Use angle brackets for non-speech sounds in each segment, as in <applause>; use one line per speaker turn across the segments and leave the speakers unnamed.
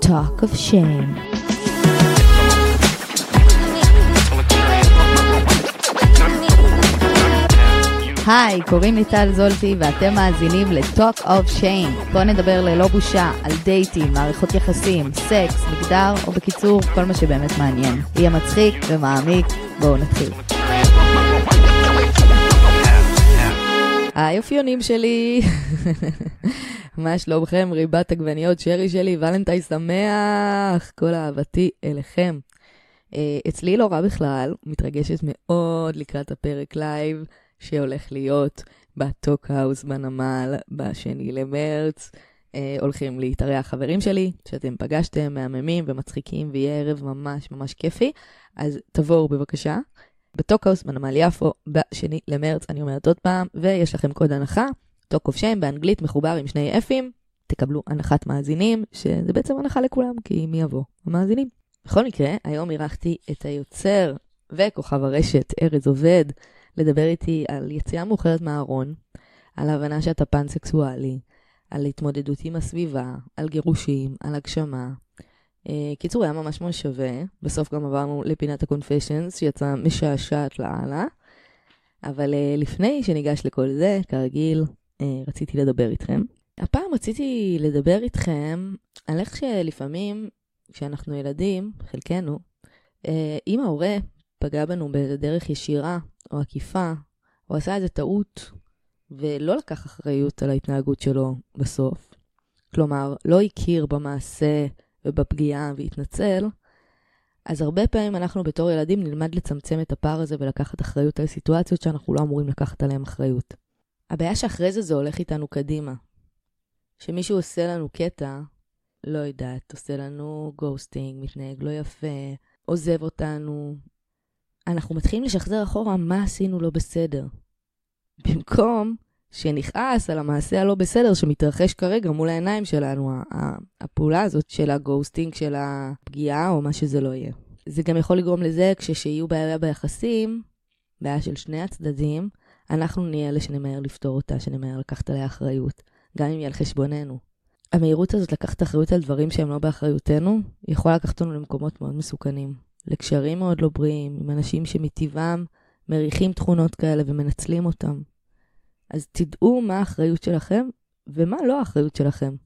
Talk of Shame. היי, קוראים לי טל זולטי ואתם מאזינים ל-Talk of Shame. בואו נדבר ללא בושה על דייטים, מערכות יחסים, סקס, מגדר, או בקיצור, כל מה שבאמת מעניין. יהיה מצחיק ומעמיק, בואו נתחיל. היופיונים שלי, <laughs> מה שלומכם, ריבת עגבניות שרי שלי, ולנטי שמח, כל אהבתי אליכם. אה, אצלי לא רע בכלל, מתרגשת מאוד לקראת הפרק לייב שהולך להיות בטוקהאוס בנמל בשני למרץ. אה, הולכים להתארח חברים שלי, שאתם פגשתם, מהממים ומצחיקים, ויהיה ערב ממש ממש כיפי, אז תבואו בבקשה. בטוקהאוס בנמל יפו, בשני למרץ, אני אומרת עוד פעם, ויש לכם קוד הנחה, טוקוף שם באנגלית מחובר עם שני אפים, תקבלו הנחת מאזינים, שזה בעצם הנחה לכולם, כי מי יבוא? המאזינים. בכל מקרה, היום אירחתי את היוצר וכוכב הרשת, ארז עובד, לדבר איתי על יציאה מאוחרת מהארון, על ההבנה שאתה פאנסקסואלי, על התמודדות עם הסביבה, על גירושים, על הגשמה. אה, קיצור, היה ממש מאוד שווה. בסוף גם עברנו לפינת ה-confessions, שיצאה משעשעת לאללה. אבל אה, לפני שניגש לכל זה, כרגיל, אה, רציתי לדבר איתכם. הפעם רציתי לדבר איתכם על איך שלפעמים, כשאנחנו ילדים, חלקנו, אה, אם ההורה פגע בנו באיזה דרך ישירה או עקיפה, או עשה איזה טעות, ולא לקח אחריות על ההתנהגות שלו בסוף, כלומר, לא הכיר במעשה ובפגיעה והתנצל, אז הרבה פעמים אנחנו בתור ילדים נלמד לצמצם את הפער הזה ולקחת אחריות על סיטואציות שאנחנו לא אמורים לקחת עליהן אחריות. הבעיה שאחרי זה זה הולך איתנו קדימה. שמישהו עושה לנו קטע, לא יודעת, עושה לנו גוסטינג, מתנהג לא יפה, עוזב אותנו. אנחנו מתחילים לשחזר אחורה מה עשינו לא בסדר. במקום שנכעס על המעשה הלא בסדר שמתרחש כרגע מול העיניים שלנו, ה- ה- הפעולה הזאת של הגוסטינג, של הפגיעה או מה שזה לא יהיה. זה גם יכול לגרום לזה כשיהיו בעיה ביחסים, בעיה של שני הצדדים, אנחנו נהיה אלה שנמהר לפתור אותה, שנמהר לקחת עליה אחריות, גם אם היא על חשבוננו. המהירות הזאת לקחת אחריות על דברים שהם לא באחריותנו, יכולה לקחת אותנו למקומות מאוד מסוכנים. לקשרים מאוד לא בריאים, עם אנשים שמטבעם מריחים תכונות כאלה ומנצלים אותם. אז תדעו מה האחריות שלכם ומה לא האחריות שלכם.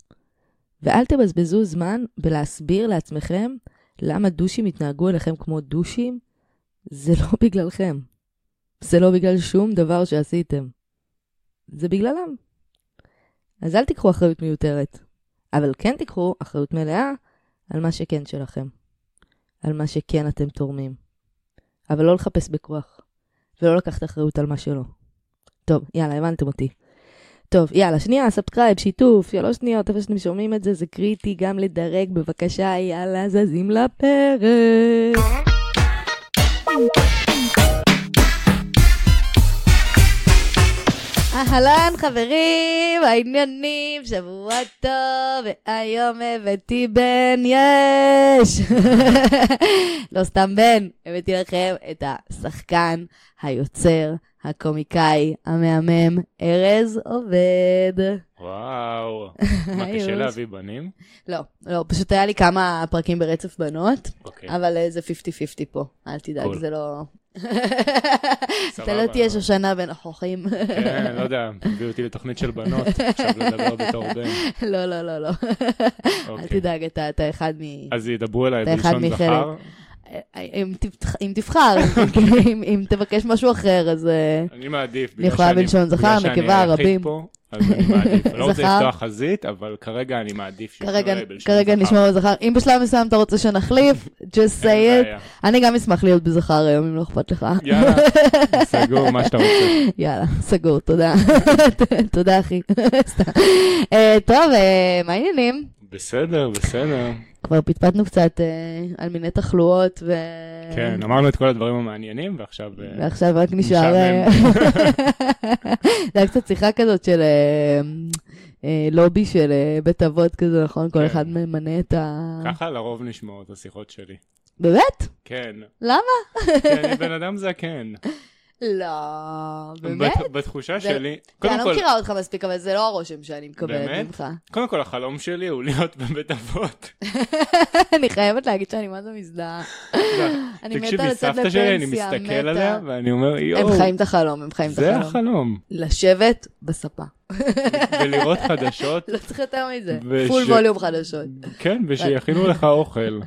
ואל תבזבזו זמן בלהסביר לעצמכם למה דושים התנהגו אליכם כמו דושים. זה לא בגללכם. זה לא בגלל שום דבר שעשיתם. זה בגללם. אז אל תיקחו אחריות מיותרת, אבל כן תיקחו אחריות מלאה על מה שכן שלכם. על מה שכן אתם תורמים. אבל לא לחפש בכוח, ולא לקחת אחריות על מה שלא. טוב, יאללה, הבנתם אותי. טוב, יאללה, שנייה, סאבסקרייב, שיתוף, שלוש שניות, איפה שאתם שומעים את זה, זה קריטי גם לדרג, בבקשה, יאללה, זזים לפרק. אהלן, חברים, העניינים, שבוע טוב, והיום הבאתי בן יש. <laughs> לא סתם בן, הבאתי לכם את השחקן, היוצר, הקומיקאי, המהמם, ארז עובד.
וואו,
<laughs>
מה
היי,
קשה
אורי.
להביא בנים?
לא, לא, פשוט היה לי כמה פרקים ברצף בנות,
אוקיי,
אבל אה, זה 50-50 פה, אל תדאג,
קול.
זה
<laughs>
לא...
סבבה.
אתה לא תהיה שושנה בין החוכים.
כן, לא יודע, הביאו אותי לתוכנית של בנות, עכשיו לדבר בתור בן.
<laughs> לא, לא, לא, לא. אל
אוקיי.
תדאג, אתה אתה אחד מ...
אז ידברו אליי
אתה אחד
בלשון
מחלק.
זכר,
אם תבח- אם
<laughs>
תבחר, אם- אם תבקש משהו אחר, אז... אה,
אני מעדיף.
אני
בגלל
יכולה
שאני-
בלשון זכר,
בגלל שאני
נקבה,
היחיד
רבים.
פה, אז אני מעדיף. אני לא רוצה
זכר.
לפתוח חזית, אבל כרגע אני מעדיף שיפנו
כרגע-
אליי בלשון
כרגע
זכר.
נשמור על זכר. אם בשלב מסוים אתה רוצה שנחליף, just
אין
say it.
בעיה.
אני גם אשמח להיות בזכר היום, אם לא אכפת לך.
יאללה, סגור מה שאתה רוצה.
<laughs> יאללה, סגור, תודה. <laughs> תודה, אחי. <laughs> סתם. אה, טוב, אה, מה העניינים?
בסדר, בסדר.
כבר פטפטנו קצת אה, על מיני תחלואות, ו... אה.
כן, אמרנו את כל הדברים המעניינים, ועכשיו... אה,
ועכשיו רק נשאר... אה, <laughs> זה היה קצת שיחה כזאת של אה, אה, לובי של אה, בית אבות כזה, נכון? כל
כן.
אחד ממנה את ה...
ככה לרוב נשמעות השיחות שלי.
באמת?
כן.
למה?
כי אני בן אדם זקן.
לא, באמת?
בת- בתחושה
זה-
שלי,
אני
קודם
לא
כל,
מכירה אותך מספיק, אבל זה לא הרושם שאני מקבלת
באמת?
ממך. <laughs>
קודם כל החלום שלי הוא להיות בבית אבות.
אני חייבת להגיד שאני מה זה מזדהה. <laughs> אני מתה
<laughs> תקשיבי,
לצאת
סבתא שלי, אני
לפנסיה,
מסתכל
מתה.
עליה ואני אומר,
הם
יואו,
חיים את החלום, הם חיים את
זה
החלום. <laughs>
החלום.
לשבת בספה. <laughs>
ולראות חדשות,
לא צריך יותר מזה.
וש-
פול ווליום חדשות.
כן, ושיכינו לך אוכל,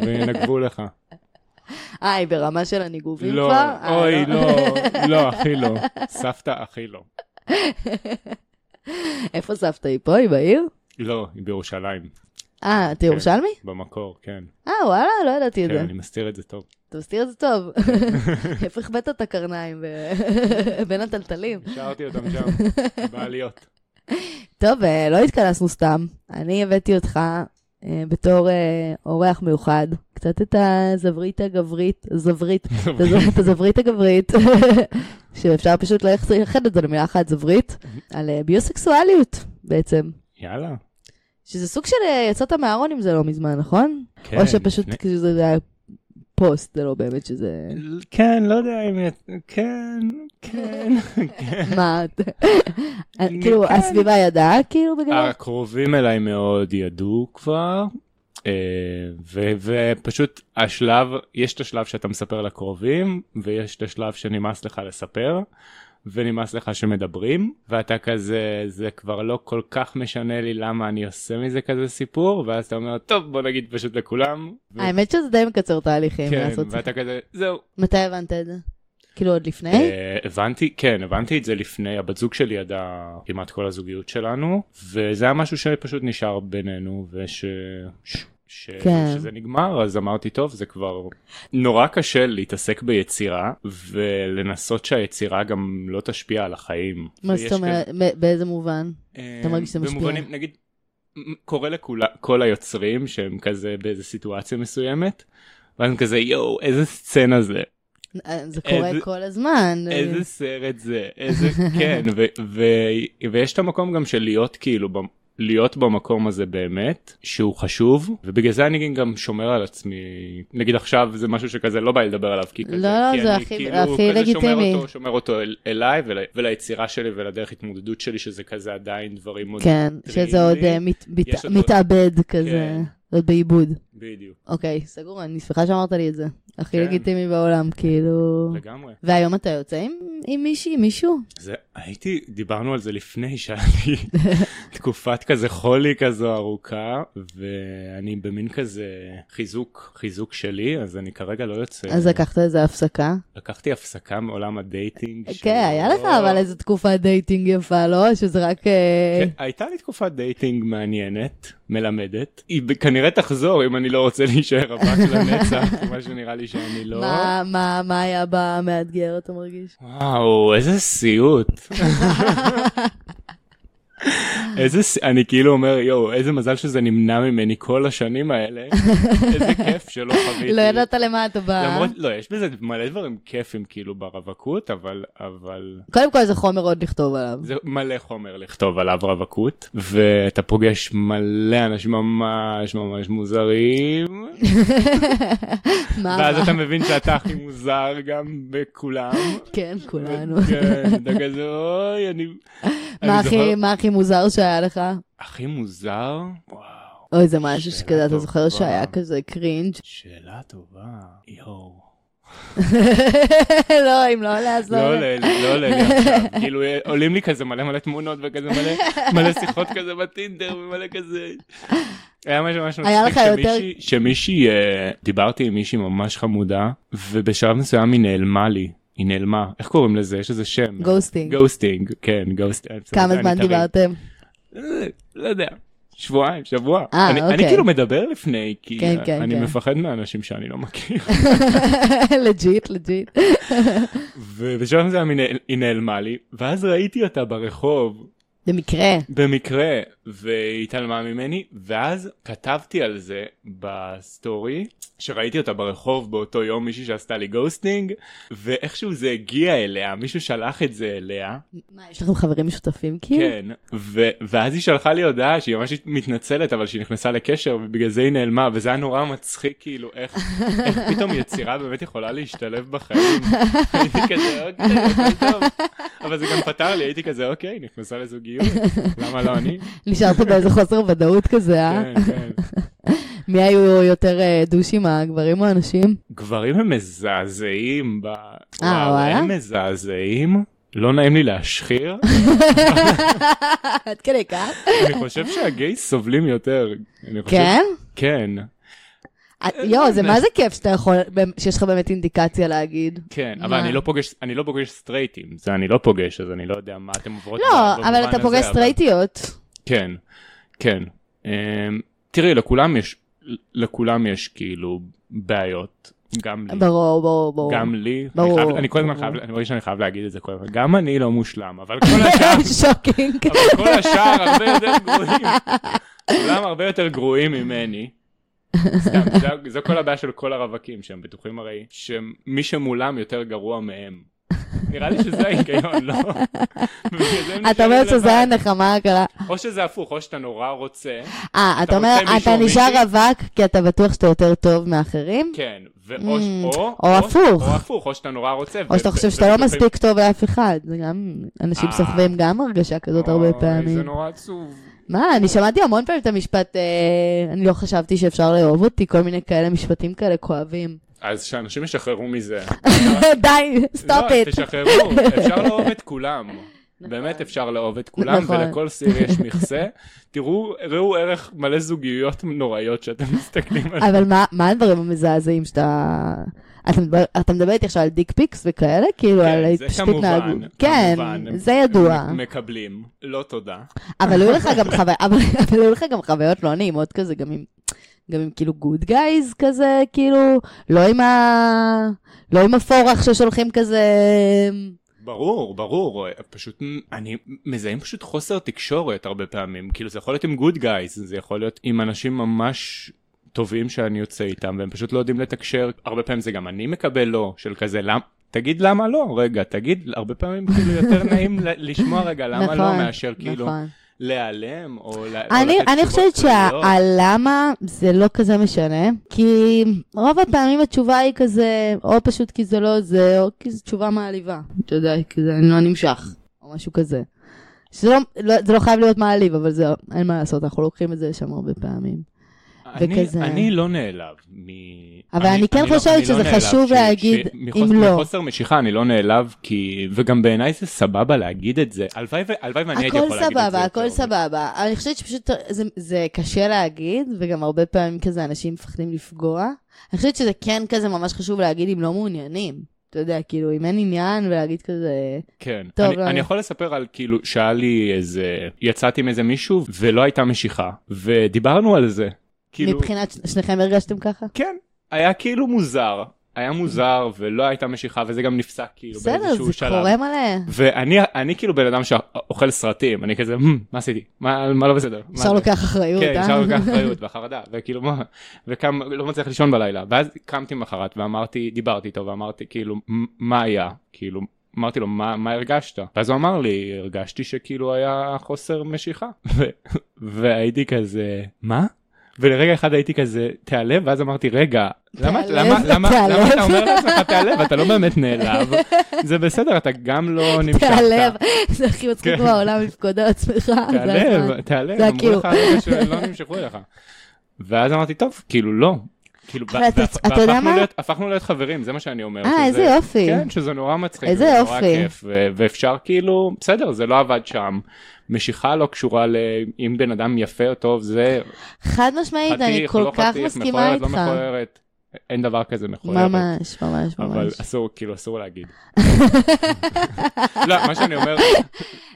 וינגבו לך.
אה, היא ברמה של הניגובים
לא,
כבר? אה,
אוי, לא, לא, אחי לא. סבתא, אחי לא.
<laughs> איפה סבתא היא פה? היא בעיר?
לא, היא בירושלים,
אה, אתה ירושלמי?
במקור, כן.
אה, וואלה, לא ידעתי את
כן,
זה.
אני מסתיר את זה טוב.
אתה מסתיר את זה טוב.
<laughs>
איפה החבאת את הקרניים ב- <laughs> בין הטלטלים?
השארתי אותם שם,
<laughs>
בעליות.
טוב, אה, לא התכנסנו סתם. אני הבאתי אותך אה, בתור אה, אורח מיוחד. קצת את הזברית הגברית, זברית, את הז- את הזברית הגברית, <laughs> שאפשר פשוט לא לייחד את זה למילה אחת זברית, על אה, ביוסקסואליות בעצם.
יאללה.
שזה סוג של אה, יצאת מהארון עם זה לא מזמן, נכון?
כן,
או שפשוט
לפני-
כאילו זה היה פוסט, זה לא באמת שזה...
כן, לא יודע אם... כן, כן, כן.
מה? את-
אני-
כאילו,
כן. אה,
הסביבה ידעה כאילו בגלל?
<laughs> הקרובים אליי מאוד ידעו כבר, אה, ו- ופשוט השלב, יש את השלב שאתה מספר לקרובים, ויש את השלב שנמאס לך לספר, ונמאס לך שמדברים, ואתה כזה, זה כבר לא כל כך משנה לי למה אני עושה מזה כזה סיפור, ואז אתה אומר, טוב, בוא נגיד פשוט לכולם. ו-
האמת שזה די מקצר תהליכים
כן,
לעשות זה.
ואתה כזה, זהו.
מתי הבנת את זה? כאילו עוד לפני?
אה, הבנתי, כן, הבנתי את זה לפני, הבת זוג שלי ידעה כמעט כל הזוגיות שלנו, וזה היה משהו שפשוט נשאר בינינו, וש... ש... ש...
כן.
שזה נגמר, אז אמרתי, טוב, זה כבר נורא קשה להתעסק ביצירה, ולנסות שהיצירה גם לא תשפיע על החיים.
מה
ויש
זאת אומרת? מ- באיזה מובן?
כזה-
אתה מרגיש שזה משפיע?
במובנים, נגיד, קורה לכל היוצרים שהם כזה באיזה סיטואציה מסוימת, ואז הם כזה, יואו, איזה סצנה זה,
אה, זה קורה
איזה-
כל הזמן.
איזה סרט זה, איזה, כן, ו- ו- ויש את המקום גם של להיות כאילו, במ- להיות במקום הזה באמת, שהוא חשוב, ובגלל זה אני גם שומר על עצמי, נגיד עכשיו זה משהו שכזה לא בא לי לדבר עליו, כי כזה,
לא, לא,
כי
זה
אני
הכי-
כאילו
הכי
כזה
לגיטימי.
שומר אותו, שומר אותו אל, אליי ול, וליצירה שלי ולדרך התמודדות שלי, שזה כזה עדיין דברים עוד,
כן, שזה עוד
טרילי.
אה, מת- מת-
יש עוד-
מתאבד כזה,
כן.
עוד בעיבוד.
בדיוק,
אוקיי, סגור, אני שמחה שאמרת לי את זה. הכי
כן. אוקיי.
לגיטימי בעולם, כאילו...
לגמרי.
והיום אתה יוצא עם- עם מישהי, מישהו?
זה, הייתי, דיברנו על זה לפני שהיה
<laughs>
לי תקופת כזה חולי כזו ארוכה, ואני במין כזה חיזוק, חיזוק שלי, אז אני כרגע לא יוצא.
אז לקחת איזה הפסקה.
לקחתי הפסקה מעולם הדייטינג.
כן,
שלא-
היה לך אבל איזה תקופת דייטינג יפה, לא? שזה רק... אה,
כן, הייתה לי תקופת דייטינג מעניינת, מלמדת. היא ב- כנראה תחזור אם אני לא רוצה להישאר רווק
<laughs>
לנצח, מה שנראה לי שאני לא.
מה- מה- מה היה במאתגר, אתה מרגיש?
וואו, איזה סיוט. איזה, ס- אני כאילו אומר, יואו, איזה מזל שזה נמנע ממני כל השנים האלה. איזה כיף שלא חוויתי.
לא ידעת למה אתה בא.
למרות, לא, יש בזה מלא דברים כיפים כאילו ברווקות, אבל, אבל
קודם כל זה חומר עוד לכתוב
<laughs>
עליו.
זה מלא חומר לכתוב עליו רווקות, ואתה פוגש מלא אנשים ממש ממש מוזרים,
מה?
ואז
מה?
אתה מבין שאתה הכי מוזר גם בכולם.
כן, כולנו.
כן, אתה כזה, אוי, אני...
מה
אני זוכר-
הכי- מה הכי מוזר שהיה לך?
הכי מוזר? וואו,
אוי, זה משהו שכזה, אתה
טובה.
זוכר שהיה כזה קרינג'?
שאלה טובה. יואו.
<laughs> לא, אם לא עולה, אז לא עולה.
לא עולה לי, לא עולה לי עכשיו. <laughs> כאילו, עולים לי כזה מלא מלא תמונות וכזה מלא מלא שיחות כזה בטינדר ומלא כזה... היה ממש ממש
היה
מצחיק
לך יותר-
שמישהי, שמישהי, אה, דיברתי עם מישהי ממש חמודה, ובשלב מסוים היא נעלמה לי. היא נעלמה. איך קוראים לזה? יש איזה שם.
גוסטינג.
גוסטינג, כן, גוסטינג.
כמה זמן דיברתם? <laughs>
אה, לא יודע, שבועיים, שבוע.
אה,
אני,
אוקיי.
אני כאילו מדבר לפני, כי
כן, כן,
אני
כן.
מפחד מאנשים שאני לא מכיר. <laughs>
לג'יט, לג'יט.
ובשלב מסוים היא נעל- היא נעלמה לי, ואז ראיתי אותה ברחוב.
במקרה.
במקרה, והיא התעלמה ממני, ואז כתבתי על זה בסטורי, שראיתי אותה ברחוב באותו יום, מישהי שעשתה לי גוסטינג, ואיכשהו זה הגיע אליה, מישהו שלח את זה אליה,
מה, יש לכם חברים משותפים כאילו?
כן, ו- ואז היא שלחה לי הודעה שהיא ממש מתנצלת, אבל שהיא נכנסה לקשר, ובגלל זה היא נעלמה, וזה היה נורא מצחיק, כאילו, איך,
<laughs>
איך פתאום יצירה באמת יכולה להשתלב בחיים. <laughs> הייתי כזה, אוקיי, הכל טוב. אבל זה גם פתר לי, הייתי כזה, אוקיי, נכנסה לזוגיות, למה לא
<laughs>
אני?
נשארת באיזה חוסר ודאות כזה, אה?
כן, כן.
מי היו יותר אה, דושים, הגברים או הנשים? <laughs>
גברים הם מזעזעים, ב... וואו,
אה, וואלה?
הם מזעזעים. לא נעים לי
<laughs>
להשחיר,
עד כדי כך?
אני חושב שהגייס סובלים יותר. אני חושב-
כן?
כן,
את- אה, יואו, זה מה זה כיף שאתה יכול, שיש לך באמת אינדיקציה להגיד.
כן, אבל
מה?
אני לא פוגש, אני לא פוגש סטרייטים, זה אני לא פוגש, אז אני לא יודע מה אתם עוברות.
לא,
במובן
אבל אתה
הזה,
פוגש סטרייטיות.
כן, כן. אמ, תראי, לכולם יש, לכולם יש כאילו בעיות, גם לי.
ברור, ברור, ברור. <laughs>
גם לי, אני
ברור,
חייב- אני כל הזמן
ברור.
חייב, אני מרגיש שאני חייב להגיד את זה כל הזמן, גם אני לא מושלם, אבל כל השאר,
שוקינג.
אבל כל השאר הרבה יותר גרועים, כולם הרבה יותר גרועים ממני. סתם, זה- זה כל הבעיה של כל הרווקים, שהם בטוחים הרי שמי שמולם יותר גרוע מהם. נראה לי שזה ההיגיון, לא? בגלל זה הם
<laughs> אתה אומר
נשארים
שזה
לבד.
הנחמה הקלה.
או שזה הפוך, או שאתה נורא רוצה,
אה,
אתה
אתה אומר,
רוצה
אתה
מישהו או
נשאר
מישהי?
רווק כי אתה בטוח שאתה יותר טוב מאחרים?
כן, ו-
Mm,
או- או
או הפוך.
או הפוך, או שאתה נורא רוצה.
או
כן, ו-
שאתה
ו-
חושב שאתה לא
ובטוחים-
מספיק טוב לאף אחד. זה גם, אנשים
אה.
סוחבים גם הרגשה כזאת
אוי,
הרבה פעמים.
זה נורא עצוב.
מה, אני שמעתי המון פעמים את המשפט, אה, אני לא חשבתי שאפשר לאהוב אותי, כל מיני כאלה משפטים כאלה כואבים.
אז שאנשים ישחררו מזה.
<laughs> די, סטופ
אה. לא,
איט.
תשחררו, אפשר לאהוב את
<laughs>
כולם. באמת אפשר לאהוב את כולם,
נכון.
ולכל סיר יש מכסה. תראו, ראו ערך מלא זוגיות נוראיות שאתם מסתכלים עליהן.
אבל מה- מה הדברים המזעזעים שאתה... אתה מדבר- אתה מדבר איתי עכשיו על דיק פיקס וכאלה? כאילו,
כן,
על
זה
התפשטות
כמובן,
נהגות. כן,
כמובן.
זה ידוע.
מ- מקבלים, לא תודה.
אבל היו לך גם חוויות, <laughs> אבל אבל היו לך גם חוויות לא נעימות כזה, גם עם... גם עם כאילו גוד גייז כזה, כאילו, לא עם ה... לא עם הפורח ששולחים כזה...
ברור, ברור, פשוט אני מזהים פשוט חוסר תקשורת הרבה פעמים, כאילו זה יכול להיות עם גוד גייז, זה יכול להיות עם אנשים ממש טובים שאני יוצא איתם, והם פשוט לא יודעים לתקשר, הרבה פעמים זה גם אני מקבל לא, של כזה למה, תגיד למה לא, רגע, תגיד, הרבה פעמים כאילו יותר נעים ל- לשמוע רגע למה לא,
נכון,
מאשר כאילו
נכון.
להיעלם, או ל- או
אני,
לתת
אני
תשובות
חושבת
כלליות.
שהלמה זה לא כזה משנה, כי רוב הפעמים התשובה היא כזה, או פשוט כי זה לא זה, או כי זו תשובה מעליבה. אתה יודע, כי זה לא נמשך, או משהו כזה. שזה לא, לא, זה לא חייב להיות מעליב, אבל זה, אין מה לעשות, אנחנו לוקחים את זה לשם הרבה פעמים.
אני-
וכזה.
אני לא נעלב. מ...
אבל אני כן
לא-
חושבת
אני לא
שזה
נעלב
חשוב
ש-
להגיד,
ש- מחוס-
אם לא.
מחוסר משיכה אני לא נעלב, כי... וגם בעיניי זה סבבה להגיד את זה. הלוואי ו- הלוואי ואני הייתי
הכל
יכול להגיד את זה.
סבבה,
יותר.
הכל סבבה. אני חושבת שפשוט זה, זה קשה להגיד, וגם הרבה פעמים כזה אנשים מפחדים לפגוע. אני חושבת שזה כן כזה ממש חשוב להגיד אם לא מעוניינים. אתה יודע, כאילו, אם אין עניין ולהגיד כזה...
כן.
טוב,
אני,
לא
אני
יודע.
יכול לספר על כאילו, שהיה לי איזה... יצאתי עם איזה מישהו ולא הייתה משיכה, ודיברנו על זה. כאילו,
מבחינת ש- שניכם הרגשתם ככה?
כן. היה כאילו מוזר. היה מוזר ולא הייתה משיכה, וזה גם נפסק כאילו
בסדר,
באיזשהו
זה
שלב.
קורה מלא.
ואני אני כאילו בן אדם שאוכל סרטים, אני כזה, "מ, מה עשיתי? מה מה לא בסדר? מה
אפשר
זה?"
לוקח אחריות, אה?
כן, ישר
<laughs>
לוקח אחריות והחרדה, וכאילו מה, וקם, לא מצליח לישון בלילה. ואז קמתי מחרת ואמרתי, דיברתי איתו ואמרתי, כאילו, "מ- מה היה? כאילו, אמרתי לו, מה, מה הרגשת? ואז הוא אמר לי, הרגשתי שכאילו היה חוסר משיכה. ו- והייתי כזה, מה? ולרגע אחד הייתי כזה, תיעלב, ואז אמרתי, רגע, למה,
תיעלב,
למה, למה, למה
תיעלב."
אתה אומר לעצמך תיעלב? אתה לא באמת נעלב. זה בסדר, אתה גם לא נמשכת.
תיעלב, <laughs> זה הכי מצחיק
כן.
בעולם לבכות על עצמך. זה הזמן.
תיעלב, תיעלב,
זה
אמרו
כאילו-
לך הרגע שלא נמשכו אליך. ואז אמרתי, טוב, כאילו לא. כאילו,
אבל
ו-
אתה-
והפ-
אתה יודע
והפכנו
מה?
להיות- הפכנו להיות חברים, זה מה שאני אומר. שזה-
אה, איזה יופי.
כן, שזה נורא מצחיק.
איזה
וזה נורא
יופי.
כיף, ו- ואפשר כאילו, בסדר, זה לא עבד שם. משיכה לא קשורה ל... אם בן אדם יפה או טוב, זה
חד משמעית, אני
חתיך,
כל
לא
כך
חתיך,
מסכימה
מכוערת, לא
איתך.
מכוערת. אין דבר כזה מכוערת.
ממש, ממש,
אבל
ממש.
אסור, כאילו, אסור
<laughs>
להגיד. לא, מה שאני אומר,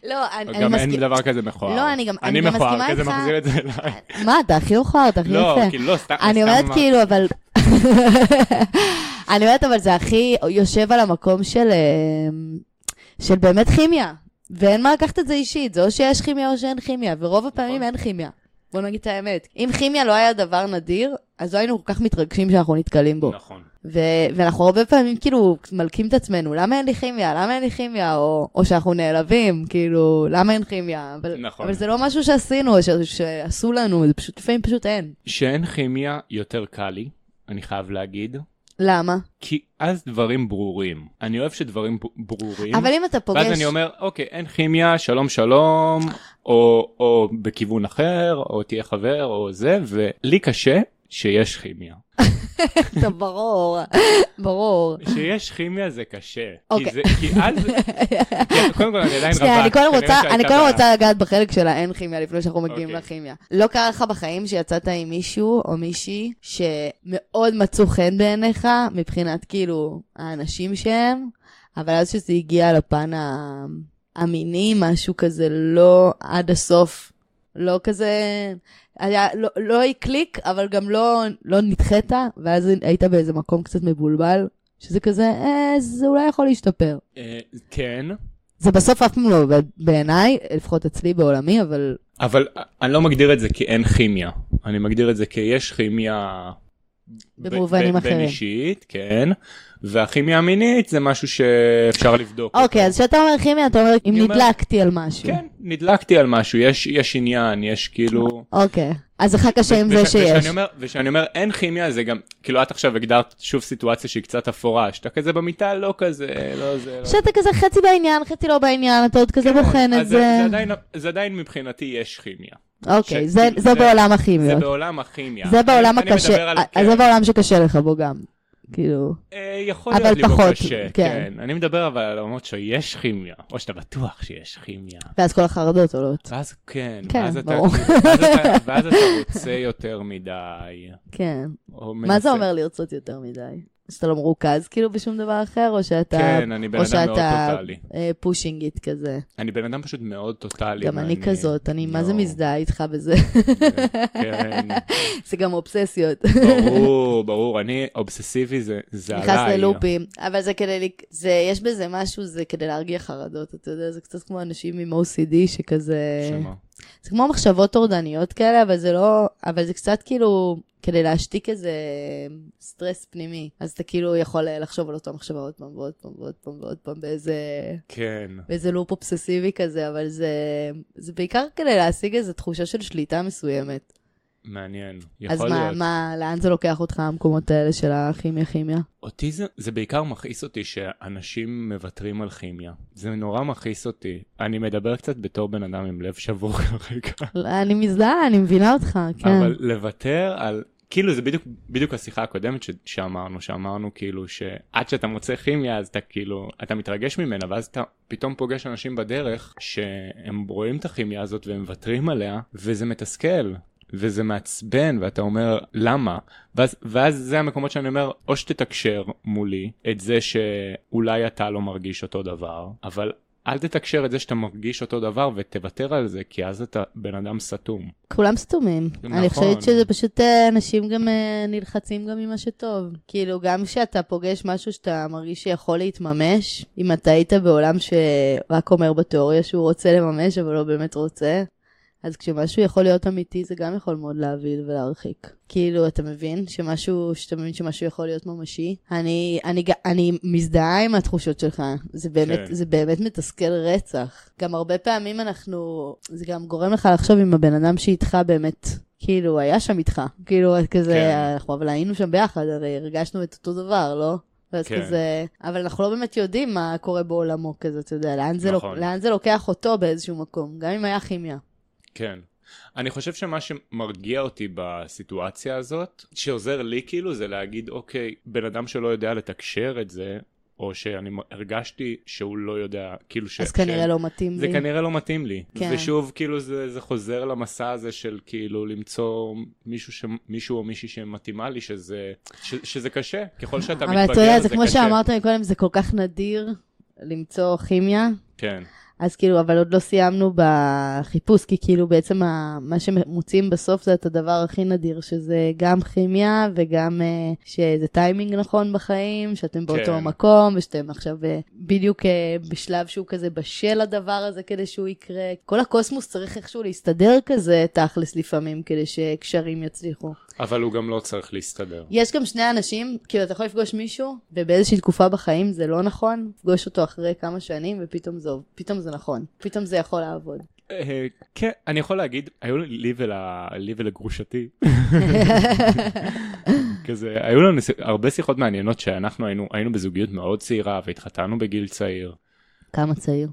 לא, אני אני
גם אין
מסכימה.
דבר כזה מכוער.
לא, אני גם-
אני
אני גם
מכוער,
מסכימה
כזה
איתך.
מחזיר את זה אליי.
מה, אתה הכי אוכל, אתה הכי
לא,
יפה.
כאילו, לא, סתם.
אני
סתם
אומרת
אמרתי.
כאילו, אבל... <laughs> אני אומרת, אבל זה הכי יושב על המקום של... אה, של אמ, באמת כימיה. ואין מה לקחת את זה אישית, זה או שיש כימיה או שאין כימיה, ורוב הפעמים אין כימיה. בוא נגיד את האמת. אם כימיה לא היה דבר נדיר, אז לא היינו כל כך מתרגשים שאנחנו נתקלים בו.
נכון.
ו- ואנחנו הרבה פעמים כאילו מלקים את עצמנו, למה אין לי כימיה? למה אין לי כימיה? או, או שאנחנו נעלבים, כאילו, למה אין כימיה? אבל,
נכון.
אבל זה לא משהו שעשינו, או ש- שעשו לנו, זה פשוט, לפעמים פשוט אין.
שאין כימיה יותר קל לי, אני חייב להגיד,
למה?
כי אז דברים ברורים. אני אוהב שדברים ב- ברורים.
אבל אם אתה פוגש...
ואז אני אומר, אוקיי, אין כימיה, שלום שלום, או, או בכיוון אחר, או תהיה חבר, או זה, ולי קשה שיש כימיה.
טוב, ברור, ברור.
שיש כימיה זה קשה.
אוקיי.
כי, זה, כי
<laughs>
אז, כי קודם כל אני עדיין רווק.
שנייה, אני קודם
כנראה
רוצה,
שהייתה
אני קודם
בעיה.
רוצה לגעת בחלק של האין כימיה לפני שאנחנו מגיעים
אוקיי.
לכימיה. לא קרה לך בחיים שיצאת עם מישהו או מישהי שמאוד מצאו חן בעיניך, מבחינת כאילו האנשים שהם, אבל אז שזה הגיע לפן ה- המיני, משהו כזה לא עד הסוף, לא כזה, היה, לא, לא הקליק, אבל גם לא, לא נדחית, ואז היית באיזה מקום קצת מבולבל, שזה כזה, אה, זה אולי יכול להשתפר.
אה, כן,
זה בסוף אף פעם לא עובד בעיניי, לפחות אצלי בעולמי, אבל
אבל אני לא מגדיר את זה כאין כימיה. אני מגדיר את זה כיש כימיה... ב-
במובנים
ב-
אחרים.
בין אישית, כן. והכימיה המינית זה משהו שאפשר לבדוק.
אוקיי, אז כשאתה אומר כימיה, אתה אומר אם
אני אומר-
נדלקתי על משהו.
כן, נדלקתי על משהו, יש, יש עניין, יש כאילו...
אוקיי, אז לך קשה עם זה
וש-
שיש.
ושאני אומר, ושאני אומר אין כימיה זה גם, כאילו את עכשיו הגדרת שוב סיטואציה שהיא קצת אפורה, שאתה כזה במיטה לא כזה, לא זה, לא זה.
שאתה כזה חצי בעניין, חצי לא בעניין, אתה עוד כזה בוחן את
כן, אז זה,
זה.
זה, עדיין, זה עדיין מבחינתי יש כימיה.
אוקיי,
ש-
זה-
כאילו,
זה
זה-
בעולם
זה
הכימיות.
בעולם הכימיה.
זה בעולם
אני- אני מדבר
הקשה,
על-
אה,
כן.
זה בעולם שקשה לך בו גם. כאילו,
אה, יכול
אבל
להיות לי בו
פחות,
קשה,
כן.
כן. אני מדבר אבל על עולמות שיש כימיה, או שאתה בטוח שיש כימיה.
ואז כל החרדות עולות.
ואז כן,
כן,
ואז, אתה,
ברור.
ואז, אתה, ואז אתה רוצה יותר מדי.
כן.
או
מה
מנסה-
זה אומר לרצות יותר מדי? שאתה לא מרוכז כאילו בשום דבר אחר, או שאתה
כן, אני בן
או
אדם מאוד
שאתה-
טוטאלי.
פושינגית כזה?
אני בן אדם פשוט מאוד טוטאלי.
גם אני
ואני-
כזאת, אני מה זה
יואו.
מזדהה איתך בזה,
כן,
זה גם אובססיות.
ברור, ברור, אני אובססיבי זה זה עליי.
נכנס ללופים, אבל זה כדי, לק- זה, יש בזה משהו, זה כדי להרגיע חרדות, אתה יודע, זה קצת כמו אנשים עם OCD שכזה,
שמה.
זה כמו מחשבות טורדניות כאלה, אבל זה לא, אבל זה קצת כאילו, כדי להשתיק איזה סטרס פנימי, אז אתה כאילו יכול אה, לחשוב על אותו מחשבה עוד פעם ועוד פעם ועוד פעם ועוד פעם באיזה,
כן,
באיזה לופ אובססיבי כזה, אבל זה, זה בעיקר כדי להשיג איזו תחושה של שליטה מסוימת.
מעניין.
אז
יכול
מה,
להיות.
מה, לאן זה לוקח אותך, המקומות האלה של הכימיה, כימיה?
אותי זה, זה בעיקר מכעיס אותי שאנשים מוותרים על כימיה. זה נורא מכעיס אותי. אני מדבר קצת בתור בן אדם עם לב שבור <laughs> כרגע.
לא, אני מזדהה, אני מבינה אותך, כן.
אבל לוותר על... כאילו זה בדיוק, בדיוק השיחה הקודמת ש, שאמרנו, שאמרנו כאילו שעד שאתה מוצא כימיה אז אתה כאילו, אתה מתרגש ממנה ואז אתה פתאום פוגש אנשים בדרך שהם רואים את הכימיה הזאת והם מוותרים עליה וזה מתסכל. וזה מעצבן ואתה אומר למה ואז, ואז זה המקומות שאני אומר או שתתקשר מולי את זה שאולי אתה לא מרגיש אותו דבר אבל אל תתקשר את זה שאתה מרגיש אותו דבר ותוותר על זה כי אז אתה בן אדם סתום.
כולם סתומים.
נכון.
אני חושבת שזה פשוט אה, אנשים גם אה, נלחצים גם ממה שטוב. כאילו, גם כשאתה פוגש משהו שאתה מרגיש שיכול להתממש, אם אתה היית בעולם שרק אומר בתיאוריה שהוא רוצה לממש, אבל לא באמת רוצה, אז כשמשהו יכול להיות אמיתי, זה גם יכול מאוד להבהיל ולהרחיק. כאילו, אתה מבין שמשהו, שאתה מבין שמשהו יכול להיות ממשי? אני, אני, ג- אני מזדהה עם התחושות שלך. זה באמת,
כן.
זה באמת מתסכל רצח. גם הרבה פעמים אנחנו, זה גם גורם לך לחשוב אם הבן אדם שאיתך באמת, כאילו, היה שם איתך. כאילו, את כזה,
כן.
אנחנו אבל היינו שם ביחד, הרי הרגשנו את אותו דבר, לא? ואז
כן.
כזה, אבל אנחנו לא באמת יודעים מה קורה בעולמו כזה, אתה יודע, לאן זה,
נכון.
לוק, לאן זה לוקח אותו באיזשהו מקום, גם אם היה כימיה.
כן. אני חושב שמה שמרגיע אותי בסיטואציה הזאת, שעוזר לי כאילו, זה להגיד, אוקיי, בן אדם שלא יודע לתקשר את זה, או שאני מ- הרגשתי שהוא לא יודע, כאילו ש...
אז כנראה
ש...
לא מתאים
זה
לי.
כנראה לא מתאים לי.
כן.
כן. ושוב, כאילו זה, זה חוזר למסע הזה של כאילו למצוא מישהו, ש... מישהו או מישהי שמתאימה לי, שזה, ש... שזה קשה. ככל שאתה מתבגר, זה
אבל
קשה.
אתה יודע, זה כמו שאמרת מקודם, זה כל כך נדיר למצוא כימיה,
כן,
אז כאילו, אבל עוד לא סיימנו בחיפוש, כי כאילו בעצם ה- מה שמוצאים בסוף זה את הדבר הכי נדיר, שזה גם כימיה וגם אה, שזה טיימינג נכון בחיים, שאתם באותו
כן.
מקום, ושאתם עכשיו אה, בדיוק אה, בשלב שהוא כזה בשל לדבר הזה כדי שהוא יקרה. כל הקוסמוס צריך איכשהו להסתדר כזה, תכלס לפעמים, כדי שקשרים יצליחו.
אבל הוא גם לא צריך להסתדר.
יש גם שני אנשים, כאילו אתה יכול לפגוש מישהו, ובאיזושהי תקופה בחיים זה לא נכון, לפגוש אותו אחרי כמה שנים, ופתאום זה, פתאום זה נכון, פתאום זה יכול לעבוד.
אה, כן, אני יכול להגיד, היו לי ול- לי ולגרושתי, כזה, היו לנו ס- הרבה שיחות מעניינות שאנחנו היינו, היינו בזוגיות מאוד צעירה והתחתנו בגיל צעיר.
כמה צעיר.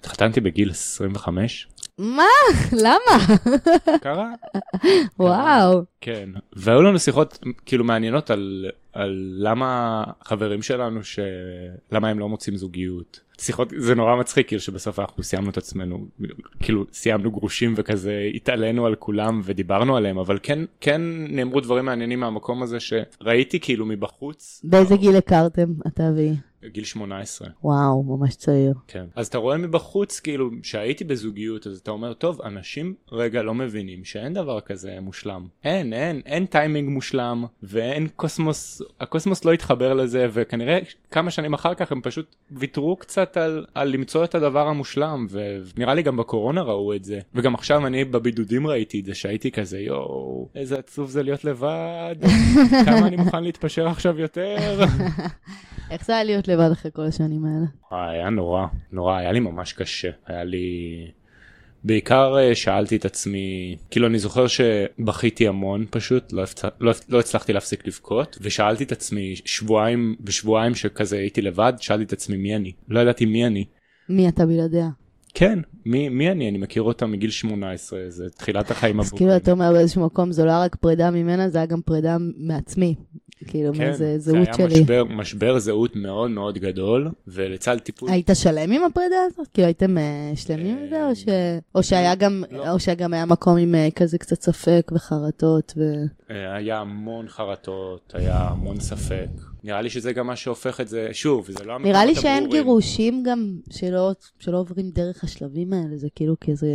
התחתנתי בגיל 25,
מה?
<laughs>
למה?
קרה?
וואו.
כן, והיו לנו שיחות כאילו מעניינות על, על למה חברים שלנו, ש... למה הם לא מוצאים זוגיות. שיחות, זה נורא מצחיק, כאילו שבסוף אנחנו סיימנו את עצמנו, כאילו סיימנו גרושים וכזה התעלינו על כולם ודיברנו עליהם, אבל כן, כן נאמרו דברים מעניינים מהמקום הזה שראיתי כאילו מבחוץ,
באיזה גיל הכרתם, אתה והיא?
גיל 18.
וואו, ממש צעיר.
כן. אז אתה רואה מבחוץ, כאילו, שהייתי בזוגיות, אז אתה אומר, טוב, אנשים רגע לא מבינים שאין דבר כזה מושלם. אין, אין, אין טיימינג מושלם, ואין קוסמוס, הקוסמוס לא התחבר לזה, וכנראה כמה שנים אחר כך הם פשוט ויתרו קצת על, על למצוא את הדבר המושלם, ונראה לי גם בקורונה ראו את זה. וגם עכשיו אני בבידודים ראיתי את זה, שהייתי כזה, יואו, איזה עצוב זה להיות לבד, כמה אני מוכן להתפשר עכשיו יותר.
איך זה היה להיות לבד אחרי כל השנים האלה?
וואי, היה נורא, נורא, היה לי ממש קשה, היה לי... בעיקר אה, שאלתי את עצמי, כאילו אני זוכר שבכיתי המון פשוט, לא, הפצ... לא, לא הצלחתי להפסיק לבכות, ושאלתי את עצמי שבועיים, בשבועיים שכזה הייתי לבד, שאלתי את עצמי מי אני, לא ידעתי מי אני.
מי אתה בלעדיה?
כן, מי, מי אני, אני מכיר אותה מגיל 18, זה תחילת החיים
אז כאילו אתה אומר באיזשהו מקום, זו לא רק פרידה ממנה, זה היה גם פרידה מעצמי. כאילו,
כן,
מאיזה זהות
זה היה
שלי.
משבר, משבר זהות מאוד מאוד גדול, ולצד טיפול...
היית שלם עם הפרידה הזאת? כאילו הייתם אה, שלמים עם זה, או, ש... או שהיה גם,
לא.
או שגם היה מקום עם אה, כזה קצת ספק וחרטות ו...
אה, היה המון חרטות, היה המון ספק. נראה לי שזה גם מה שהופך את זה, שוב, זה לא המקומות
נראה לי שאין
הברורים.
גירושים גם שלא, שלא עוברים דרך השלבים האלה, זה כאילו כזה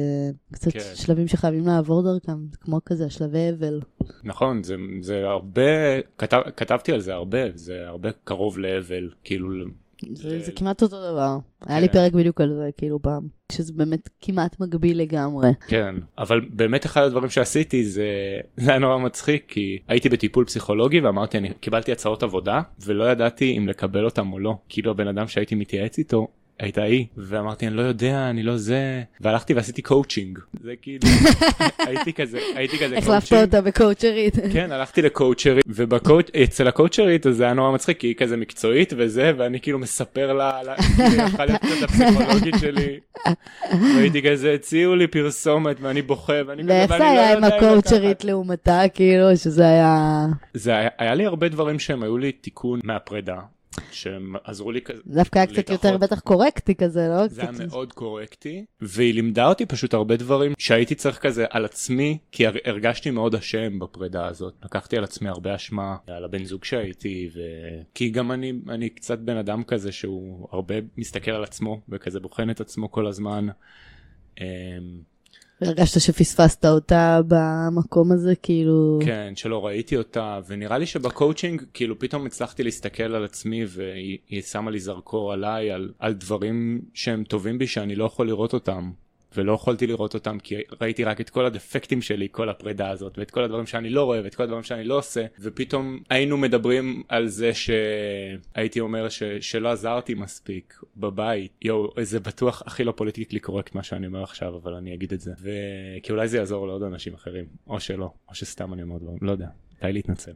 קצת
כן.
שלבים שחייבים לעבור דרכם, כמו כזה השלבי אבל.
נכון, זה, זה הרבה, כתב, כתבתי על זה הרבה, זה הרבה קרוב לאבל, כאילו,
זה,
זה-
זה כמעט אותו דבר. היה לי
כן.
פרק בדיוק על זה, כאילו פעם, שזה באמת כמעט מקביל לגמרי.
כן. אבל באמת אחד הדברים שעשיתי זה, זה היה נורא מצחיק, כי הייתי בטיפול פסיכולוגי ואמרתי, אני קיבלתי הצעות עבודה, ולא ידעתי אם לקבל אותם או לא. כאילו הבן אדם שהייתי מתייעץ איתו, הייתה היא, ואמרתי אני לא יודע, אני לא זה, והלכתי ועשיתי קואוצ'ינג, זה כאילו, הייתי כזה, הייתי כזה
החלפת
קואוצ'ינג,
אותה בקואוצ'רית.
כן, הלכתי לקואוצ'רית, ואצל הקואוצ'רית אז זה היה נורא מצחיק, כי היא כזה מקצועית וזה, ואני כאילו מספר לה, על ה- כאילו, היא הפכה להיות קצת הפסיכולוגית שלי, והייתי כזה, הציעו לי פרסומת ואני בוכה, ואני כזה,
ואיך
"ואני
זה
לא
היה עם
יודע אם
הקואוצ'רית
לקחת."
לעומתה, כאילו, שזה היה...
זה היה- היה לי הרבה דברים שהם היו לי תיקון מהפרידה, שהם עזרו לי כזה.
דווקא היה קצת
להתאחות.
יותר בטח קורקטי כזה, לא?
זה היה
קצת-
מאוד קורקטי, והיא לימדה אותי פשוט הרבה דברים שהייתי צריך כזה על עצמי, כי הר- הרגשתי מאוד אשם בפרידה הזאת. לקחתי על עצמי הרבה אשמה על הבן זוג שהייתי, ו... כי גם אני, אני קצת בן אדם כזה שהוא הרבה מסתכל על עצמו, וכזה בוחן את עצמו כל הזמן. אמ,
הרגשת שפספסת אותה במקום הזה, כאילו...
כן, שלא ראיתי אותה, ונראה לי שבקואוצ'ינג, כאילו פתאום הצלחתי להסתכל על עצמי, והיא היא שמה לי זרקור עליי, על, על דברים שהם טובים בי שאני לא יכול לראות אותם. ולא יכולתי לראות אותם כי ראיתי רק את כל הדפקטים שלי כל הפרידה הזאת ואת כל הדברים שאני לא רואה ואת כל הדברים שאני לא עושה ופתאום היינו מדברים על זה שהייתי אומר ש... שלא עזרתי מספיק בבית יואו זה בטוח הכי לא פוליטיקלי קורקט מה שאני אומר עכשיו אבל אני אגיד את זה וכי אולי זה יעזור לעוד אנשים אחרים או שלא או שסתם אני אומר דברים לא יודע די להתנצל